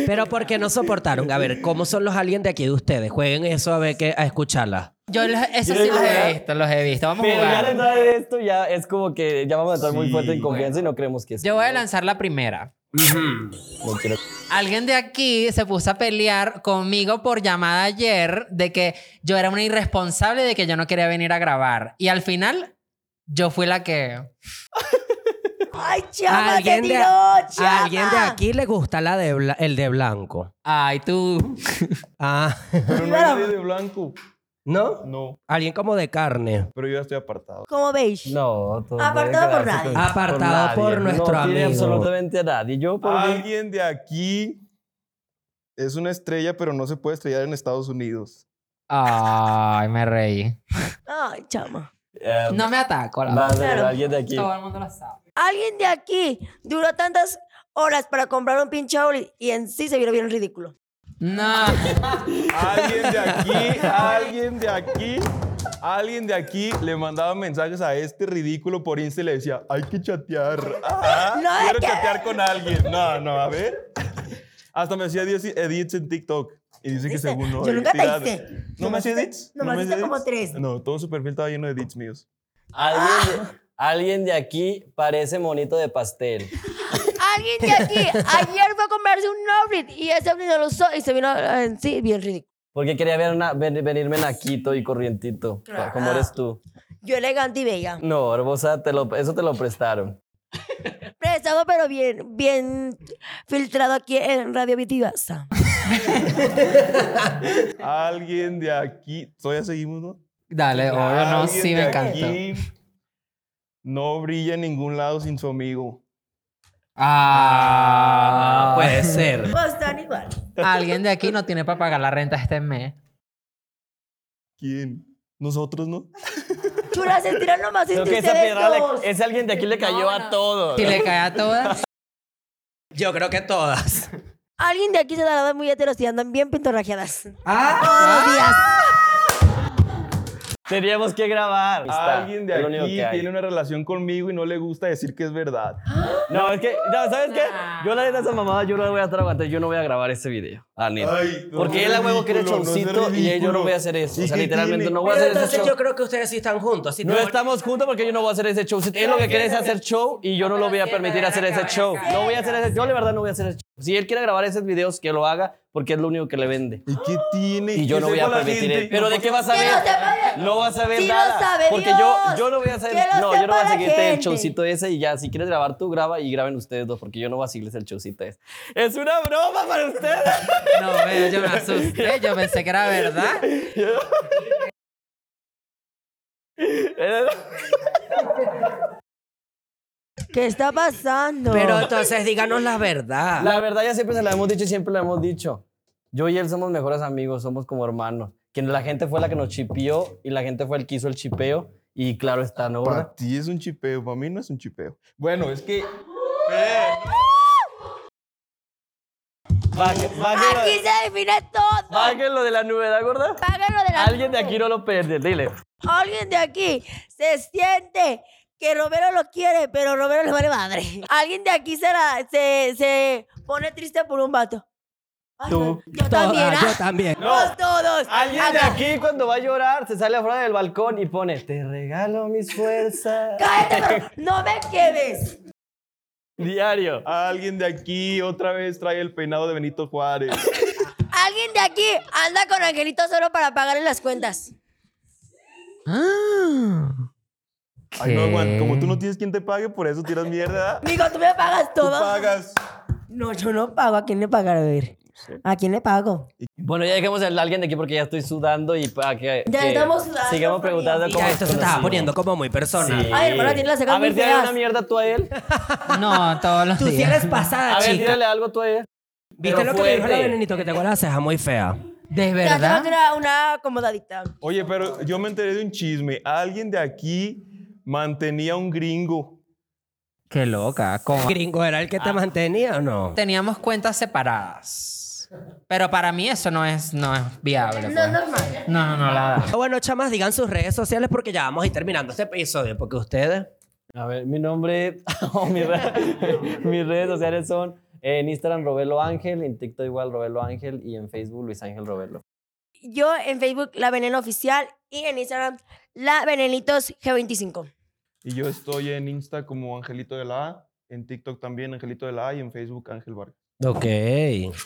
Speaker 3: Pero porque no soportaron. A ver, ¿cómo son los aliens de aquí de ustedes? Jueguen eso a ver que, a escucharla.
Speaker 4: Yo los- eso
Speaker 7: ¿Quieres
Speaker 4: sí los
Speaker 7: jugar?
Speaker 4: he visto, los he visto. Vamos a
Speaker 7: pero ya
Speaker 4: jugar.
Speaker 7: dentro de esto ya es como que ya vamos a estar muy
Speaker 6: Sí,
Speaker 7: fuerte en confianza y no creemos que sí.
Speaker 4: Yo voy a lanzar la primera.
Speaker 7: No quiero-
Speaker 4: Alguien de aquí se puso a pelear conmigo por llamada ayer de que yo era una irresponsable de que yo no quería venir a grabar. Y al final, yo fui la que.
Speaker 5: Ay, chama, te
Speaker 3: Alguien de-
Speaker 5: tiró,
Speaker 3: A
Speaker 5: chama.
Speaker 3: alguien de aquí le gusta la de bla- el de blanco.
Speaker 4: Ay, tú.
Speaker 3: Ah,
Speaker 6: Pero no hay nadie de blanco.
Speaker 3: ¿no?
Speaker 6: No,
Speaker 3: Alguien como de carne.
Speaker 6: pero yo ya estoy apartado.
Speaker 5: Como beige.
Speaker 7: No, todo
Speaker 5: Apartado
Speaker 7: puede
Speaker 5: por
Speaker 7: quedarse
Speaker 5: nadie.
Speaker 7: con- por
Speaker 3: Apartado por
Speaker 7: nadie.
Speaker 3: nuestro
Speaker 7: no tiene
Speaker 3: amigo.
Speaker 7: absolutamente a nadie. Yo por mí-
Speaker 6: Alguien de aquí es una estrella, pero no se puede estrellar en Estados Unidos.
Speaker 4: Ay, me reí.
Speaker 5: Ay, chama.
Speaker 7: Eh,
Speaker 4: No me ataco, la
Speaker 7: va a
Speaker 4: verdad.
Speaker 7: ser
Speaker 5: Claro.
Speaker 7: alguien de aquí.
Speaker 4: Todo el mundo lo sabe.
Speaker 5: Alguien de aquí duró tantas horas para comprar un pinche Audi y en sí se vio bien ridículo.
Speaker 4: No.
Speaker 6: Alguien de aquí, alguien de aquí, alguien de aquí le mandaba mensajes a este ridículo por Insta y le decía, hay que chatear. Ah,
Speaker 5: No,
Speaker 6: quiero
Speaker 5: es que-
Speaker 6: chatear con alguien. No, no, a ver. Hasta me hacía 10 edits en TikTok. Y dice que
Speaker 5: ¿Viste?
Speaker 6: según no.
Speaker 5: Yo
Speaker 6: eh,
Speaker 5: nunca te
Speaker 6: tira-
Speaker 5: hice.
Speaker 6: ¿No me
Speaker 5: Nomás
Speaker 6: hacía
Speaker 5: hice-
Speaker 6: edits? ¿No
Speaker 5: nomás
Speaker 6: me
Speaker 5: hice
Speaker 6: hacía
Speaker 5: como
Speaker 6: edits?
Speaker 5: tres.
Speaker 6: No, todo su perfil estaba lleno de edits míos.
Speaker 7: Alguien de,
Speaker 5: Ah.
Speaker 7: alguien de aquí parece monito de pastel.
Speaker 5: Alguien de aquí ayer fue a comprarse un outfit y ese outfit no lo usó y se vino eh, en sí bien ridículo.
Speaker 7: Porque quería ver una- ven- venirme naquito y corrientito, pa- como eres tú.
Speaker 5: Yo elegante y bella.
Speaker 7: No, hermosa, te lo, eso te lo prestaron.
Speaker 5: Prestado, pero bien, bien filtrado aquí en Radio Vitivasa.
Speaker 6: Alguien de aquí. ¿Todavía seguimos, no?
Speaker 4: Dale, oro, no,
Speaker 6: Alguien
Speaker 4: sí, me
Speaker 6: de
Speaker 4: encantó.
Speaker 6: aquí No brilla en ningún lado sin su amigo.
Speaker 4: Ah, pues,
Speaker 3: Puede ser.
Speaker 5: Pues están igual.
Speaker 4: alguien de aquí no tiene para pagar la renta este mes.
Speaker 6: ¿Quién? Nosotros, ¿no?
Speaker 5: Chula, se tiran nomás
Speaker 7: Creo
Speaker 5: entre
Speaker 7: que eh. esa
Speaker 5: ustedes
Speaker 7: piedra,
Speaker 5: dos.
Speaker 7: le- ese alguien de aquí le cayó a todos.
Speaker 4: Si le cae a todas.
Speaker 3: Yo creo que todas.
Speaker 5: Alguien de aquí se da la de muy heteros y andan bien pintorrajeadas.
Speaker 3: Ah,
Speaker 7: Teníamos que grabar.
Speaker 6: Alguien de
Speaker 7: Es lo único
Speaker 6: aquí
Speaker 7: que hay.
Speaker 6: tiene una relación conmigo y no le gusta decir que es verdad.
Speaker 7: No, es que, no, ¿sabes qué? Yo la neta esa mamada, yo no la voy a estar aguantando, yo no voy a grabar ese video. Ah, ni- Porque él a huevo quiere choncito y eh, yo no voy a hacer eso. O sea, literalmente no voy a
Speaker 3: Pero
Speaker 7: hacer ese
Speaker 3: entonces
Speaker 7: show.
Speaker 3: yo creo que ustedes sí están juntos. así
Speaker 1: No
Speaker 3: te-
Speaker 1: estamos juntos porque yo no voy a hacer ese show. Si él lo que quiere es hacer show y yo no lo voy a permitir hacer ese show.
Speaker 7: No voy a hacer ese, yo la verdad no voy a hacer ese show. Si él quiere grabar esos videos, que lo haga, porque es lo único que le vende.
Speaker 6: ¿Y qué tiene?
Speaker 7: Y yo
Speaker 6: ¿Qué
Speaker 7: no voy
Speaker 6: sepa
Speaker 7: a
Speaker 6: la
Speaker 7: permitir
Speaker 6: gente?
Speaker 7: eso. Pero ¿de qué vas a
Speaker 5: Que lo
Speaker 7: ver?
Speaker 5: sepa Dios.
Speaker 7: No vas a ver
Speaker 5: Sí lo
Speaker 7: nada.
Speaker 5: sabe
Speaker 7: porque
Speaker 5: Dios.
Speaker 7: yo, yo no voy a hacer.
Speaker 5: Que lo
Speaker 7: No, yo no voy
Speaker 5: sepa
Speaker 7: a
Speaker 5: la
Speaker 7: seguirte el
Speaker 5: gente.
Speaker 7: showcito ese y ya. Si quieres grabar tú, graba y graben ustedes dos, porque yo no voy a seguirles el showcito ese. Es una broma para ustedes.
Speaker 4: No, veo, yo me asusté. Yo pensé que era verdad.
Speaker 5: ¿Qué está pasando?
Speaker 3: Pero entonces díganos la verdad.
Speaker 7: La verdad, ya siempre se la hemos dicho y siempre la hemos dicho. Yo y él somos mejores amigos, somos como hermanos. Que la gente fue la que nos chipió y la gente fue el que hizo el chipeo. Y claro está, ¿no? verdad?
Speaker 6: Para ti es un chipeo, para mí no es un chipeo. Bueno, es que
Speaker 7: Baje- baje
Speaker 5: Aquí
Speaker 7: lo-
Speaker 5: se define todo.
Speaker 7: baje lo de la novedad, gorda.
Speaker 5: Págalo de la
Speaker 7: Alguien de aquí no lo pierde, dile.
Speaker 5: Alguien de aquí se siente que Romero lo quiere, pero Romero le vale madre. Alguien de aquí se, la- se, se pone triste por un vato. Ay,
Speaker 7: Tú.
Speaker 5: no, Yo también.
Speaker 3: Todas,
Speaker 5: ah.
Speaker 3: yo también.
Speaker 5: Pues todos.
Speaker 7: Alguien de
Speaker 5: Acá.
Speaker 7: aquí cuando va a llorar se sale afuera del balcón y pone, te regalo mis fuerzas.
Speaker 5: Cállate, pero no me quedes.
Speaker 7: Diario.
Speaker 6: alguien de aquí otra vez trae el peinado de Benito Juárez.
Speaker 5: Alguien de aquí anda con Angelito solo para pagarle las cuentas.
Speaker 6: Ay, no, Juan,
Speaker 4: ¿Qué?
Speaker 6: como tú no tienes quien te pague, por eso tiras mierda. Tú
Speaker 5: Migo, tú me pagas todo.
Speaker 6: pagas.
Speaker 5: No, yo no pago. ¿A quién le pagaré? A ver. ¿A quién le pago?
Speaker 7: Bueno, ya dejemos a alguien de aquí porque ya estoy sudando y para que.
Speaker 5: Ya
Speaker 7: que
Speaker 5: estamos sudando,
Speaker 7: Sigamos
Speaker 5: Farid.
Speaker 7: preguntando
Speaker 5: Ya,
Speaker 7: cómo.
Speaker 3: Ya,
Speaker 7: nos
Speaker 3: esto se estaba
Speaker 7: conocimos.
Speaker 3: poniendo como muy personal.
Speaker 7: Sí.
Speaker 5: Ay, hermano, tiene la ceja
Speaker 7: A ver,
Speaker 5: muy
Speaker 7: tírale
Speaker 5: feas.
Speaker 7: una mierda tú a él.
Speaker 4: No, todos los
Speaker 3: Tú sí
Speaker 4: días.
Speaker 3: eres pasada,
Speaker 7: A ver,
Speaker 3: chica.
Speaker 7: tírale algo tú a él.
Speaker 3: ¿Viste
Speaker 7: pero
Speaker 3: lo que le dijo la
Speaker 7: fuerte.
Speaker 3: venenito? Que tengo la ceja muy fea.
Speaker 4: ¿De
Speaker 5: Ya, te voy a
Speaker 4: verdad?
Speaker 5: hacer una, una acomodadita.
Speaker 6: Oye, pero yo me enteré de un chisme. Alguien de aquí mantenía a un gringo.
Speaker 4: Qué loca. ¿cómo?
Speaker 3: ¿Gringo era el que te
Speaker 7: Ah.
Speaker 3: mantenía o no?
Speaker 4: Teníamos cuentas separadas. Pero para mí eso no es, no es viable. pues.
Speaker 5: normal.
Speaker 4: No, no, no la da.
Speaker 3: Bueno, chamas, digan sus redes sociales porque ya vamos a ir terminando este episodio. Porque ustedes.
Speaker 7: A ver, mi nombre. o mi re- mis redes sociales son. eh, En Instagram, Robelo Ángel. En TikTok, igual, Robelo Ángel. Y en Facebook, Luis Ángel Robelo.
Speaker 5: Yo en Facebook, La Veneno Oficial. Y en Instagram, La Venenitos G25.
Speaker 6: Y yo estoy en Insta como Angelito de la A, en TikTok también Angelito de la A y en Facebook Ángel Vargas.
Speaker 3: Ok.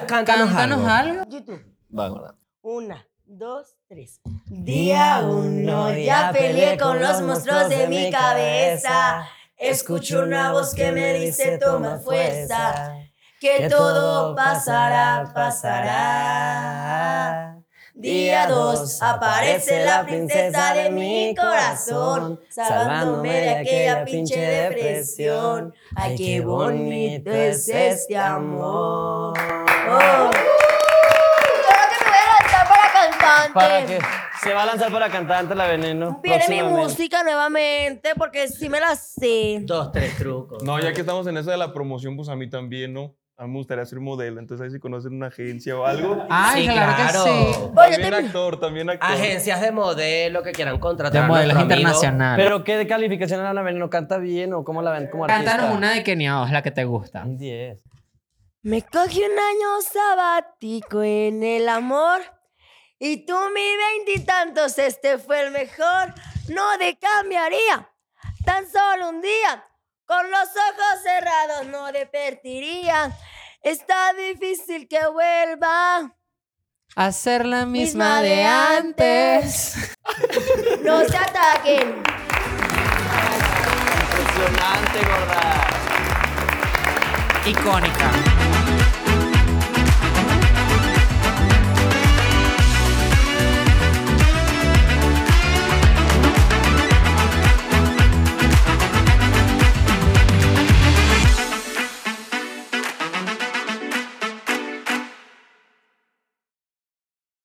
Speaker 3: Cántanos,
Speaker 4: Cántanos
Speaker 3: algo.
Speaker 4: algo.
Speaker 5: YouTube.
Speaker 7: Va, gorda.
Speaker 5: Una, dos, tres. Día uno, ya peleé con los monstruos de mi cabeza. Escucho una voz que me dice toma fuerza, que todo pasará, pasará.
Speaker 3: Ah.
Speaker 5: Día dos, aparece la princesa de mi corazón, salvándome de aquella pinche depresión. Ay, qué bonito es este amor. Oh. Creo que me voy a lanzar para cantante.
Speaker 7: Para que se va a lanzar para cantante la veneno.
Speaker 5: eh. Viene mi
Speaker 7: próximamente.
Speaker 5: música nuevamente porque sí me la sé.
Speaker 3: Dos, tres trucos.
Speaker 6: No, ya que estamos en eso de la promoción, pues a mí también, ¿no? A mí me gustaría ser modelo, entonces ahí si conocen una agencia o algo.
Speaker 4: Ay,
Speaker 3: Sí,
Speaker 4: claro,
Speaker 3: claro.
Speaker 4: que sí.
Speaker 5: Ah, Oye,
Speaker 6: También
Speaker 5: te-
Speaker 6: actor, también actor.
Speaker 3: Agencias de modelo que quieran contratar.
Speaker 4: De
Speaker 3: a
Speaker 4: modelos
Speaker 3: nuestro amigo.
Speaker 4: internacionales.
Speaker 7: Pero qué de calificación era la veneno, canta bien o cómo la ven como artista.
Speaker 4: Cántanos una de Kenia Oz, la que te gusta.
Speaker 7: Un 10.
Speaker 5: Me cogí un año sabático en el amor. Y tú, mi veintitantos, este fue el mejor. No te cambiaría tan solo un día. Con los ojos cerrados no divertiría. Está difícil que vuelva.
Speaker 4: Hacer la
Speaker 5: misma de antes. No se ataquen.
Speaker 7: Impresionante, gorda.
Speaker 4: Icónica.